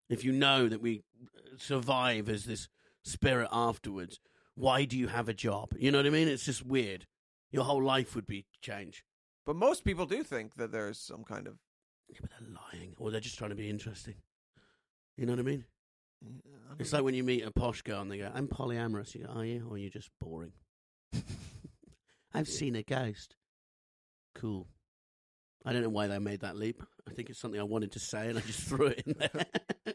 If you know that we uh, survive as this spirit afterwards, why do you have a job? You know what I mean? It's just weird. Your whole life would be change.
But most people do think that there's some kind of.
Yeah, but they're lying, or they're just trying to be interesting. You know what I mean? It's like when you meet a posh girl and they go, I'm polyamorous. You go, Are you? Or you're just boring. I've seen a ghost. Cool. I don't know why they made that leap. I think it's something I wanted to say and I just threw it in there.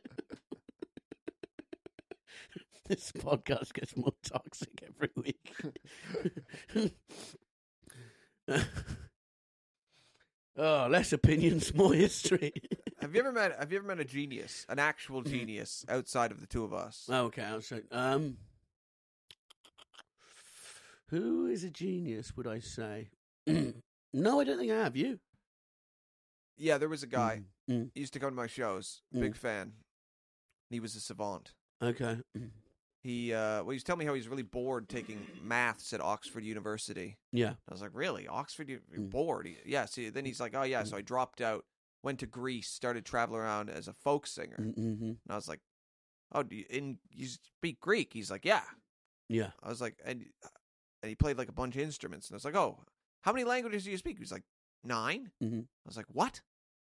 this podcast gets more toxic every week. oh, less opinions, more history.
Have you ever met? Have you ever met a genius, an actual
Mm-hmm.
genius, outside of the two of us?
Okay, I'll say. Um, who is a genius? Would I say? no, I don't think I have. You?
Yeah, there was a guy
Mm,
he used to come to my shows.
Mm.
Big fan. He was a savant.
Okay. Mm.
He uh, well, he was telling me how he was really bored taking maths at Oxford University.
Yeah.
I was like, really? Oxford? You're you're
Mm.
bored? He- Yeah. See, then he's like, oh, yeah. So I dropped out, went to Greece, started traveling around as a folk singer. And
Mm-hmm.
I was like, oh, do you, in, you speak Greek? He's like, yeah.
Yeah.
I was like, and, uh," and he played like a bunch of instruments. And I was like, oh, how many languages do you speak? He was like, 9
Mhm.
I was like, what?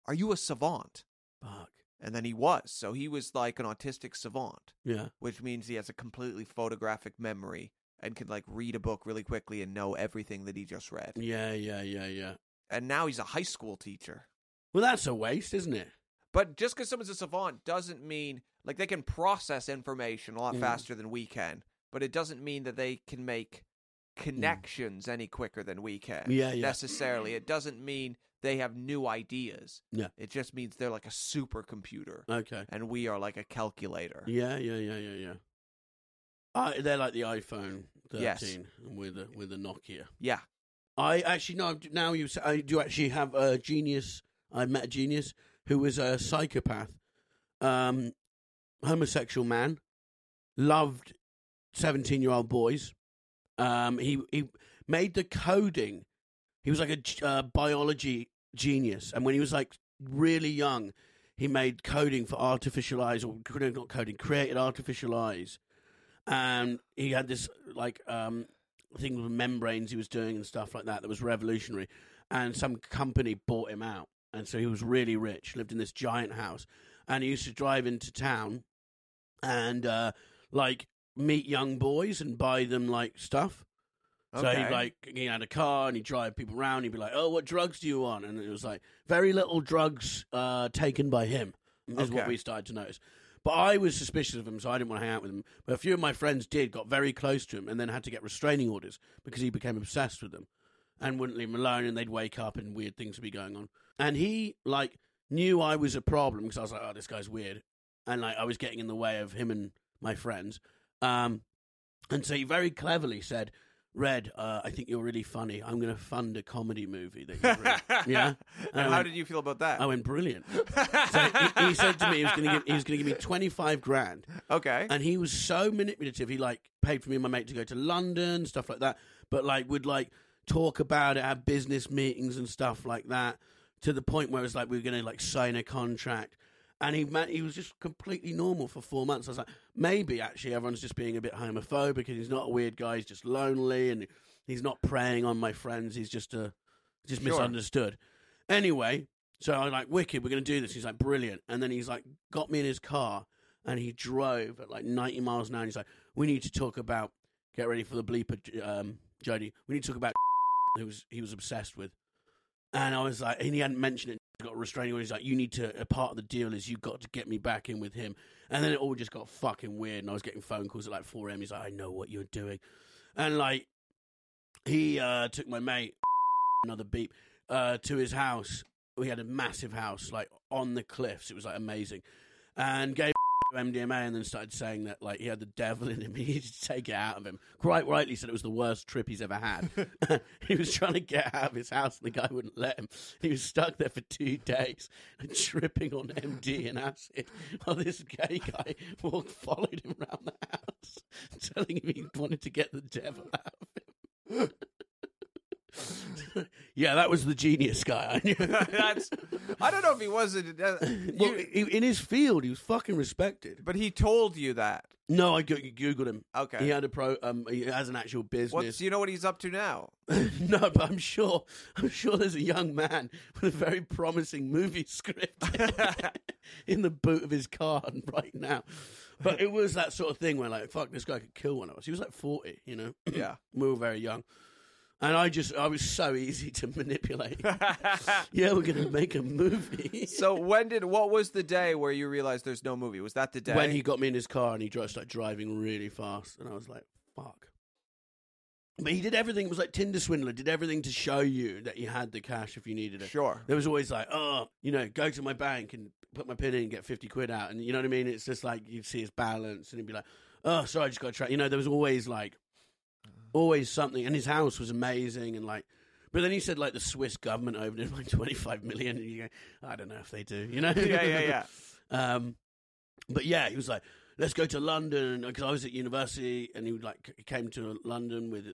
Are you a savant?
Fuck.
And then he was. So he was like an autistic savant,
Yeah.
which means he has a completely photographic memory and can like read a book really quickly and know everything that he just read.
Yeah. Yeah. Yeah. Yeah.
and now he's a high school teacher.
Well, that's a waste, isn't it?
But just because someone's a savant doesn't mean like they can process information a lot
Mm.
faster than we can. But it doesn't mean that they can make connections any quicker than we can.
Mm. Yeah, yeah.
Necessarily, it doesn't mean they have new ideas.
Yeah.
It just means they're like a supercomputer,
Okay.
and we are like a calculator.
Yeah. Yeah. Yeah. Yeah. Yeah. I, they're like the iPhone 13
Yes.
and with a with a Nokia.
Yeah.
I actually no. Now you say I do actually have a genius. I met a genius who was a psychopath, um, homosexual man, loved seventeen-year-old boys. Um, he he made the coding. He was like a g- uh, biology genius, and when he was like really young, he made coding for artificial eyes, or no, not coding, created artificial eyes, and he had this like um, thing with membranes he was doing and stuff like that that was revolutionary. And some company bought him out. And so he was really rich, lived in this giant house. And he used to drive into town and uh, like meet young boys and buy them like stuff. So
Okay.
he'd like he had a car and he'd drive people around. He'd be like, "Oh, what drugs do you want?" And it was like very little drugs uh, taken by him. Is what
Okay.
we started to notice. But I was suspicious of him, so I didn't want to hang out with him. But a few of my friends did, got very close to him, and then had to get restraining orders because he became obsessed with them and wouldn't leave him alone. And they'd wake up and weird things would be going on. And he like knew I was a problem because I was like, "Oh, this guy's weird," and like I was getting in the way of him and my friends. Um, and so he very cleverly said, "Red, uh, I think you're really funny. I'm going to fund a comedy movie that you've written." yeah.
And
I
how
went-
did you feel about that?
I went brilliant. So he, he said to me he was going to give he was going to give me twenty five grand,
okay.
and he was so manipulative. He like paid for me and my mate to go to London, stuff like that. But like would like talk about it, have business meetings and stuff like that, to the point where it was like we were going to like sign a contract. And he man, he was just completely normal for four months. I was like, maybe actually everyone's just being a bit homophobic, and he's not a weird guy. He's just lonely, and he's not preying on my friends. He's just a just
Sure.
misunderstood. Anyway, so I'm like, wicked, we're going to do this. He's like, brilliant. And then he's like, got me in his car and he drove at like 90 miles an hour. And he's like, we need to talk about, get ready for the bleeper, J- um, Jody. We need to talk about who was, he was obsessed with. And I was like, and he hadn't mentioned it. He's got a restraining order. He's like, you need to, a part of the deal is you've got to get me back in with him. And then it all just got fucking weird. And I was getting phone calls at like 4 a.m. He's like, I know what you're doing. And like, he uh, took my mate, another beep, uh, to his house. We had a massive house, like on the cliffs. It was like amazing. And gave to MDMA and then started saying that like he had the devil in him. He needed to take it out of him. Quite rightly said it was the worst trip he's ever had. he was trying to get out of his house and the guy wouldn't let him. He was stuck there for two days tripping on MD and acid while this gay guy walked, followed him around the house telling him he wanted to get the devil out of him. yeah, that was the genius guy. I knew.
That's. I don't know if he was a, uh,
well,
you-
he, in his field, he was fucking respected.
but he told you that.
No, I go- googled him.
Okay.
He had a pro. Um, he has an actual
What's,
business.
you know what he's up to now?
no, but I'm sure. I'm sure there's a young man with a very promising movie script in the boot of his car right now. But it was that sort of thing where, like, fuck, this guy could kill one of us. He was like 40, you know.
Yeah.
we were very young. And I just, I was so easy to manipulate. yeah, we're going to make a movie.
so when did what was the day where you realized there's no movie? Was that the day?
when he got me in his car and he dri- started driving really fast, and I was like, "Fuck!" But he did everything. It was like Tinder swindler. Did everything to show you that you had the cash if you needed it.
Sure.
There was always like, "Oh, you know, go to my bank and put my pin in and get fifty quid out," and you know what I mean. It's just like you'd see his balance, and he'd be like, "Oh, sorry, I just got to try." You know, there was always like, always something. And his house was amazing, and like. But then he said, like, the Swiss government opened it like 25 million. And you go, I don't know if they do, you know?
yeah, yeah, yeah.
Um, but yeah, he was like, "Let's go to London," because I was at university, and he would like c- came to London with.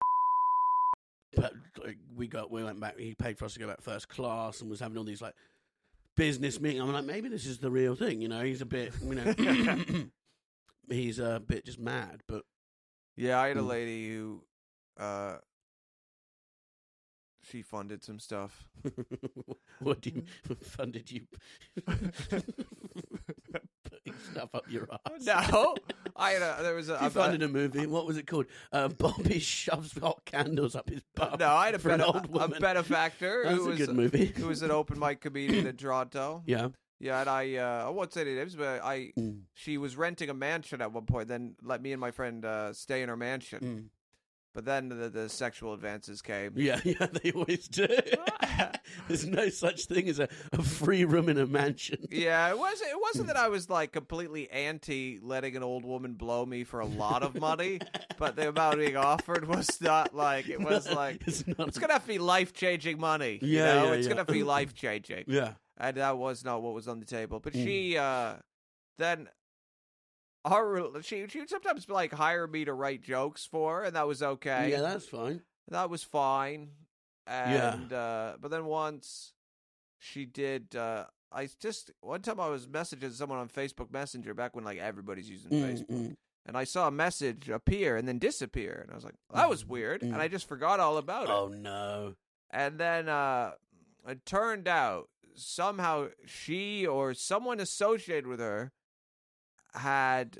But like, we got we went back. He paid for us to go back first class, and was having all these like business meeting. I'm like, maybe this is the real thing, you know? He's a bit, you know, he's a bit just mad, but
Yeah, I had a
Mm.
lady who, uh, she funded some stuff.
what do
Mm-hmm.
you funded you putting stuff up your ass?
Oh, No, I had a there was a,
He
a-
funded a movie. What was it called? Uh, Bobby shoves hot candles up his butt.
no, I had a,
for an
bene-
old
a
woman.
benefactor
That's
who
a
was
good movie.
who was an open mic comedian in Toronto.
yeah.
Yeah, and I uh, I won't say any names, but I
Mm.
she was renting a mansion at one point. Then let me and my friend uh, stay in her mansion.
Mm.
But then the, the sexual advances came.
Yeah, yeah, they always do. There's no such thing as a, a free room in a mansion.
Yeah, it was. It wasn't that I was like completely anti letting an old woman blow me for a lot of money, but the amount being offered was not like it was like
it's not.
it's gonna have to be life changing money. you
Yeah,
know?
yeah,
it's
yeah.
gonna be life changing,
yeah.
and that was not what was on the table. But
Mm.
she uh then our rel- she she would sometimes like hire me to write jokes for, her, and that was okay.
Yeah, that's fine.
that was fine.
Yeah.
And uh but then once she did uh I just one time I was messaging someone on Facebook Messenger back when like everybody's using
Mm,
Facebook
mm.
and I saw a message appear and then disappear and I was like that was weird and I just forgot all about
Mm. Oh
it.
no.
And then uh it turned out somehow she or someone associated with her had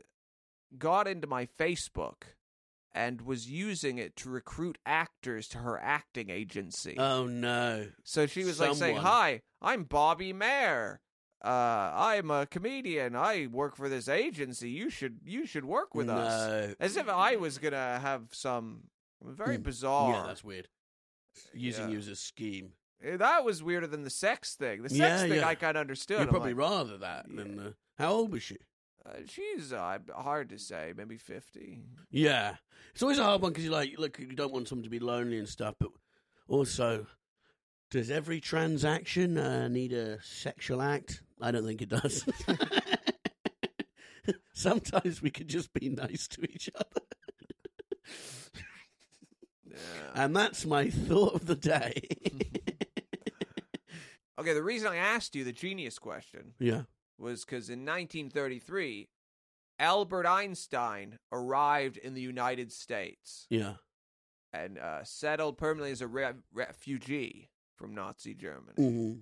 got into my Facebook and was using it to recruit actors to her acting agency.
Oh no.
so she was like saying,
someone.
"Hi, I'm Bobby Mayer. Uh, I'm a comedian. I work for this agency. You should you should work with
no.
us." As if I was going to have some very
Mm.
bizarre.
Yeah, that's weird. Using
Yeah.
you as a scheme.
Eh, That was weirder than the sex thing. The sex
Yeah,
thing
yeah.
I kind of understood.
You'd
I'm
probably
like,
rather that than the. How old was she?
Uh, she's uh, hard to say, maybe 50.
Yeah, it's always a hard one because you like, look, you don't want someone to be lonely and stuff, but also, does every transaction uh, need a sexual act? I don't think it does. Sometimes we could just be nice to each other,
Yeah.
and that's my thought of the day.
Okay, the reason I asked you the genius question
yeah,
was because in 1933, Albert Einstein arrived in the United States
yeah,
and uh, settled permanently as a re- refugee from Nazi Germany.
hmm
Mm-hmm.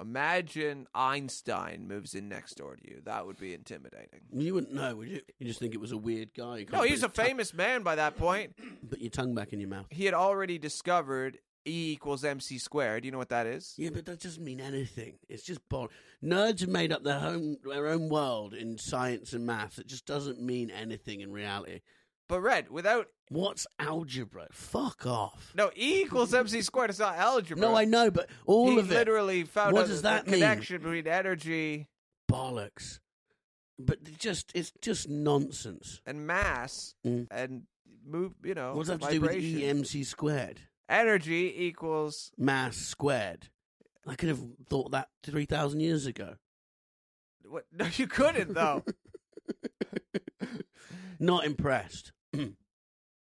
Imagine Einstein moves in next door to you. That would be intimidating.
you wouldn't know, would you? You just think it was a weird guy. You can't
No,
put
he's a
his tongue-
famous man by that point.
Put your tongue back in your mouth.
He had already discovered E equals MC squared. You know what that is?
Yeah, but that doesn't mean anything. It's just boring. Nerds have made up their own their own world in science and maths. It just doesn't mean anything in reality.
But Red, without
What's algebra? Fuck off.
no E equals MC squared, it's not algebra.
No, I know, but all
he
of it
literally found
What
out
does
the
that mean?
connection between energy
bollocks. But it just it's just nonsense.
and mass
Mm.
and move. You know,
What's that to do with
Oh,
E
vibration.
EMC squared?
Energy equals
Mass squared. I could have thought that three thousand years ago.
what? No, you couldn't though.
Not impressed.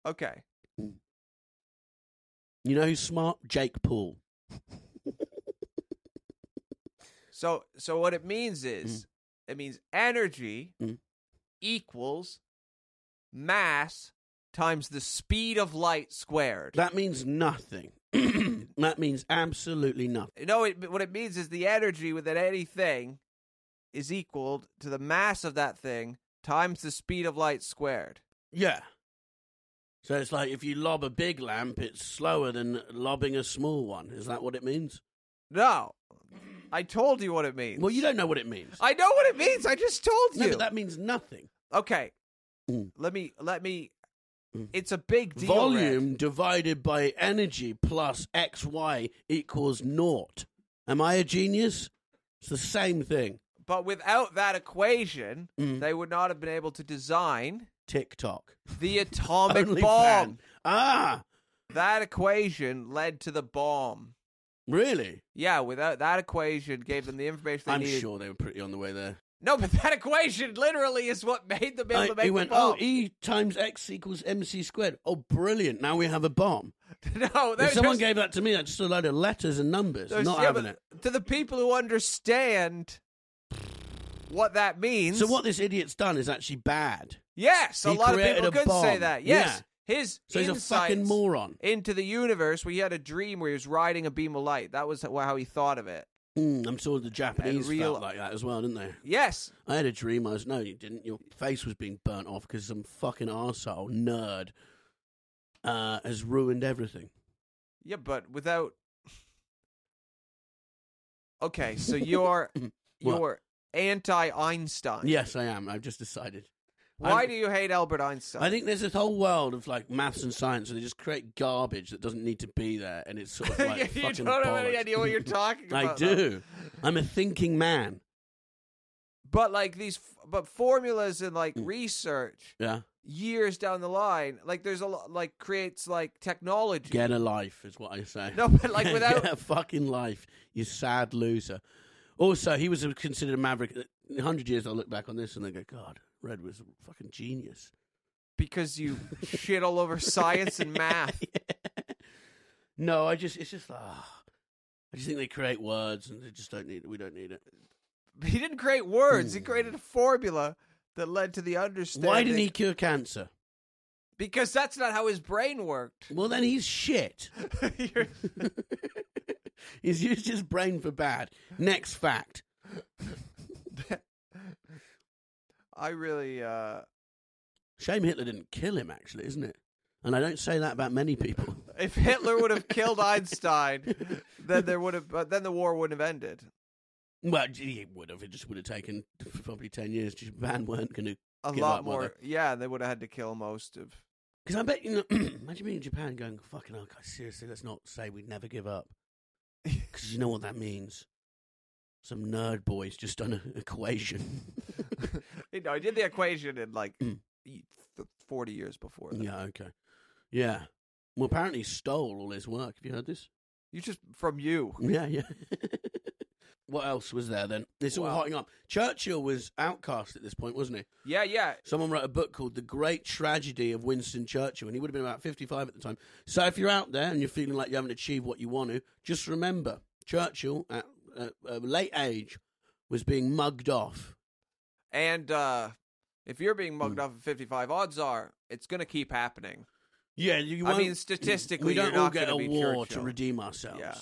okay.
You know who's smart? Jake Paul.
So so what it means is it means energy
Mm.
equals mass times the speed of light squared.
That means nothing. that means absolutely nothing.
no, it, what it means is the energy within anything is equal to the mass of that thing times the speed of light squared.
Yeah. So it's like if you lob a big lamp, it's slower than lobbing a small one. Is that what it means?
No. I told you what it means.
Well, you don't know what it means.
I know what it means. I just told
No,
you.
but that means nothing.
Okay.
Mm.
Let me let me
Mm.
It's a big deal.
Volume
Red.
divided by energy plus xy equals naught. Am I a genius? It's the same thing.
But without that equation,
Mm.
they would not have been able to design
TikTok.
the atomic
Only
bomb.
fan. Ah,
That equation led to the bomb.
really?
Yeah, without that equation gave them the information they
I'm
needed.
sure they were pretty on the way there.
No, but that equation literally is what made them able
I-
to make
he
the
went,
bomb.
oh, E times X equals MC squared. Oh, brilliant. Now we have a bomb.
no,
If
there's
someone
just-
gave that to me, that's just a load of letters and numbers.
there's-
Not
yeah,
having
but
it.
To the people who understand what that means.
So what this idiot's done is actually bad.
Yes, a
He
lot of
created
people
a
could say
bomb.
that. Yes, his
So he's a
insights
fucking moron.
into the universe where he had a dream where he was riding a beam of light. That was how he thought of it.
Mm, I'm sure the Japanese
real-
felt like that as well, didn't they?
Yes,
I had a dream. I was no, you didn't. Your face was being burnt off because some fucking arsehole nerd uh, has ruined everything.
yeah, but without. Okay, so you're
What?
you're anti-Einstein.
Yes, I am. I've just decided.
Why
I'm-
do you hate Albert Einstein?
I think there's this whole world of like maths and science, and they just create garbage that doesn't need to be there, and it's sort of like
you
fucking
don't have any
bollocks.
idea what you're talking
I
about. though.
do. I'm a thinking man.
But like these, f- but formulas and
Mm.
like research
Yeah,
years down the line, like there's a lot, like creates like technology.
get a life is what I say.
No, but, like, without-
get a fucking life, you sad loser. Also, he was considered a maverick. In hundred years, I'll look back on this and they go, God, Red was a fucking genius.
because you shit all over science and math.
No, I just it's just ah, I just think they create words and they just don't need. We don't need it.
He didn't create words. He created a formula that led to the understanding.
Why didn't he cure cancer?
Because that's not how his brain worked.
Well, then he's shit.
You're-
he's used his brain for bad. Next fact.
I really, uh,
Shame Hitler didn't kill him, actually, isn't it? And I don't say that about many people.
if Hitler would have killed Einstein, then there would have, uh, then the war wouldn't have ended.
Well, gee, it would have. It just would have taken probably 10 years. Japan weren't going to.
A
Give
lot
up, were
more. Yeah, they would have had to kill most of.
Because I bet, you know, imagine being in Japan going, fucking hell, guys, seriously, let's not say we'd never give up. Because you know what that means. Some nerd boy's just done an equation.
You know, I did the equation in like
Mm.
y- th- forty years before. That.
yeah, okay. Yeah. Well, apparently he stole all his work. Have you heard this?
You just from you.
Yeah, yeah. what else was there then? It's all
Wow.
hotting up. Churchill was outcast at this point, wasn't he?
Yeah, yeah.
Someone wrote a book called The Great Tragedy of Winston Churchill, and he would have been about 55 at the time. So if you're out there and you're feeling like you haven't achieved what you want to, just remember Churchill at uh, a late age was being mugged off.
And uh if you're being mugged
Mm.
off at 55, odds are it's going to keep happening.
Yeah, you
I
won't,
mean, statistically,
we don't
you're
all
not
get a
gonna be
war to
Churchill.
redeem ourselves.
Yeah.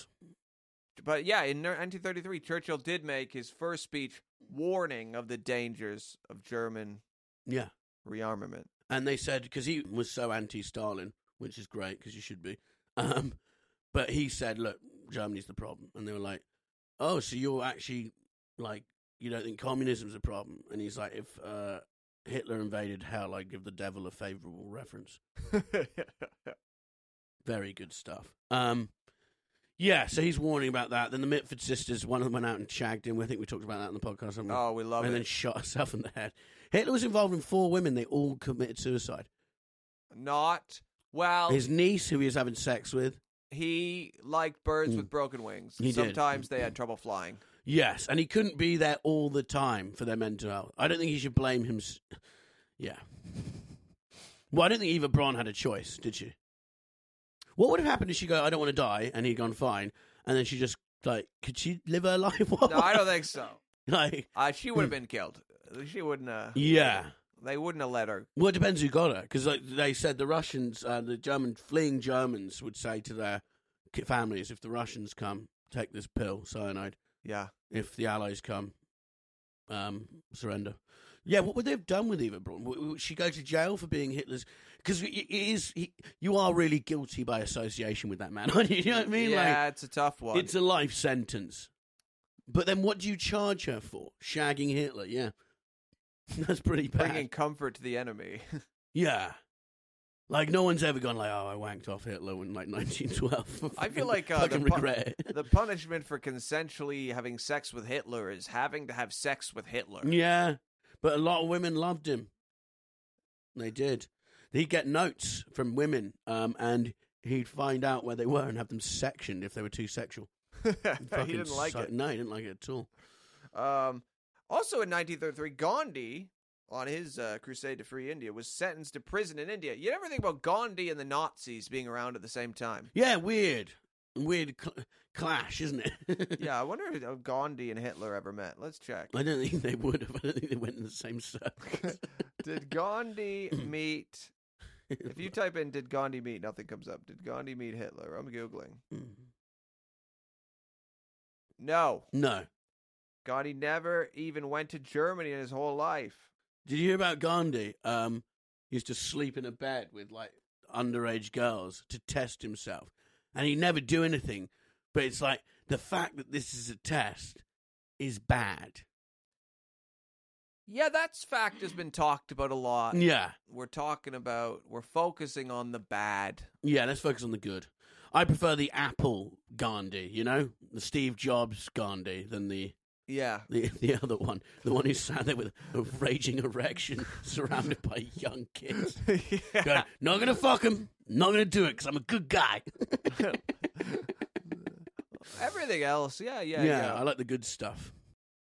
But yeah, in 1933, Churchill did make his first speech warning of the dangers of German
yeah.
rearmament.
and they said because he was so anti-Stalin, which is great because you should be. Um, but he said, "Look, Germany's the problem," and they were like, "Oh, so you're actually like you don't think communism's a problem?" And he's like, "If uh, Hitler invaded hell, I'd give the devil a favourable reference." Mm. Very good stuff. Um, yeah, so he's warning about that. Then the Mitford sisters, one of them went out and shagged him. I think we talked about that in the podcast. haven't we?
oh, we love
and
it.
then shot herself in the head. Hitler was involved in four women. They all committed suicide.
not well.
His niece, who he was having sex with.
He liked birds with broken wings.
Mm. He did.
Sometimes they had trouble flying.
Yes, and he couldn't be there all the time for their mental health. I don't think he should blame him. s- Yeah. Well, I don't think Eva Braun had a choice, did she? What would have happened if she go, I don't want to die, and he'd gone fine, and then she just like, could she live her life?
No, I don't think so.
like,
Uh, she would have been killed. She wouldn't. Uh,
Mm. yeah.
they wouldn't have let her.
Well, it depends who got her, because like they said, the Russians, uh, the German fleeing Germans would say to their ki- families, if the Russians come, take this pill, cyanide.
Yeah,
If the Allies come, um, surrender. Yeah, what would they have done with Eva Braun? W- Would she go to jail for being Hitler's? Because it is he, you are really guilty by association with that man. aren't you? you know what I mean? Like,
yeah, it's a tough one.
it's a life sentence. But then what do you charge her for? Shagging Hitler, yeah. That's pretty bad.
bringing comfort to the enemy.
Yeah. Like no one's ever gone like, oh, I wanked off Hitler in like 1912.
I feel like, uh, the
fucking
pu-
regret it.
the punishment for consensually having sex with Hitler is having to have sex with Hitler.
yeah, but a lot of women loved him. They did. He'd get notes from women, um, and he'd find out where they were and have them sectioned if they were too sexual.
he didn't like it.
No, he didn't like it at all.
Um, also in 1933, Gandhi, on his uh, crusade to free India, was sentenced to prison in India. You never think about Gandhi and the Nazis being around at the same time.
Yeah, weird, weird cl- clash, isn't it?
yeah, I wonder if uh, Gandhi and Hitler ever met. Let's check.
I don't think they would have. I don't think they went in the same circles.
Did Gandhi meet? If you type in "Did Gandhi meet?" nothing comes up. Did Gandhi meet Hitler? I'm googling. No,
no,
Gandhi never even went to Germany in his whole life.
Did you hear about Gandhi? Um, he used to sleep in a bed with like underage girls to test himself, and he'd never do anything. But it's like the fact that this is a test is bad.
Yeah, that fact has been talked about a lot.
Yeah,
We're talking about, we're focusing on the bad.
yeah. Let's focus on the good. I prefer the Apple Gandhi, you know, the Steve Jobs Gandhi, than the
Yeah.
the, the other one, the one who sat there with a raging erection, surrounded by young kids. Going, not gonna fuck him. Not gonna do it because I'm a good guy.
Everything else, yeah, yeah,
Yeah,
yeah.
I like the good stuff.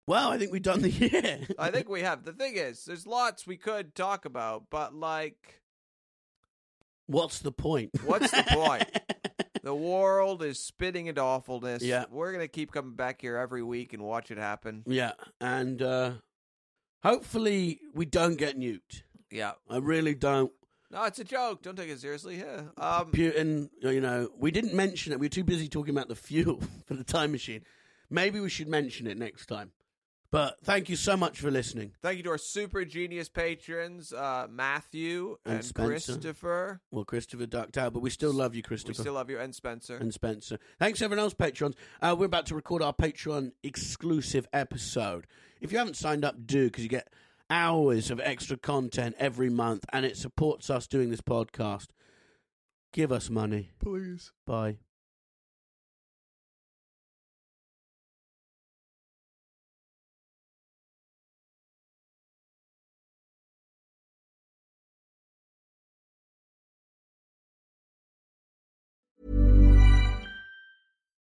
Well, I think we've done the year.
I think we have. The thing is, there's lots we could talk about, but like,
What's the point?
what's the point? the world is spitting into awfulness.
Yeah.
We're going to keep coming back here every week and watch it happen.
yeah, and uh, hopefully we don't get nuked.
Yeah.
I really don't.
No, it's a joke. Don't take it seriously. Yeah. Um,
Putin, you know, we didn't mention it. We were too busy talking about the fuel for the time machine. Maybe we should mention it next time. But thank you so much for listening.
thank you to our super genius patrons, uh, Matthew
And
and,
Spencer.
Christopher.
Well, Christopher ducked out, but we still love you, Christopher.
We still love you and Spencer.
and Spencer. Thanks everyone else, Patrons. Uh, we're about to record our Patreon exclusive episode. If you haven't signed up, do because you get hours of extra content every month, and it supports us doing this podcast. Give us money, please. Bye.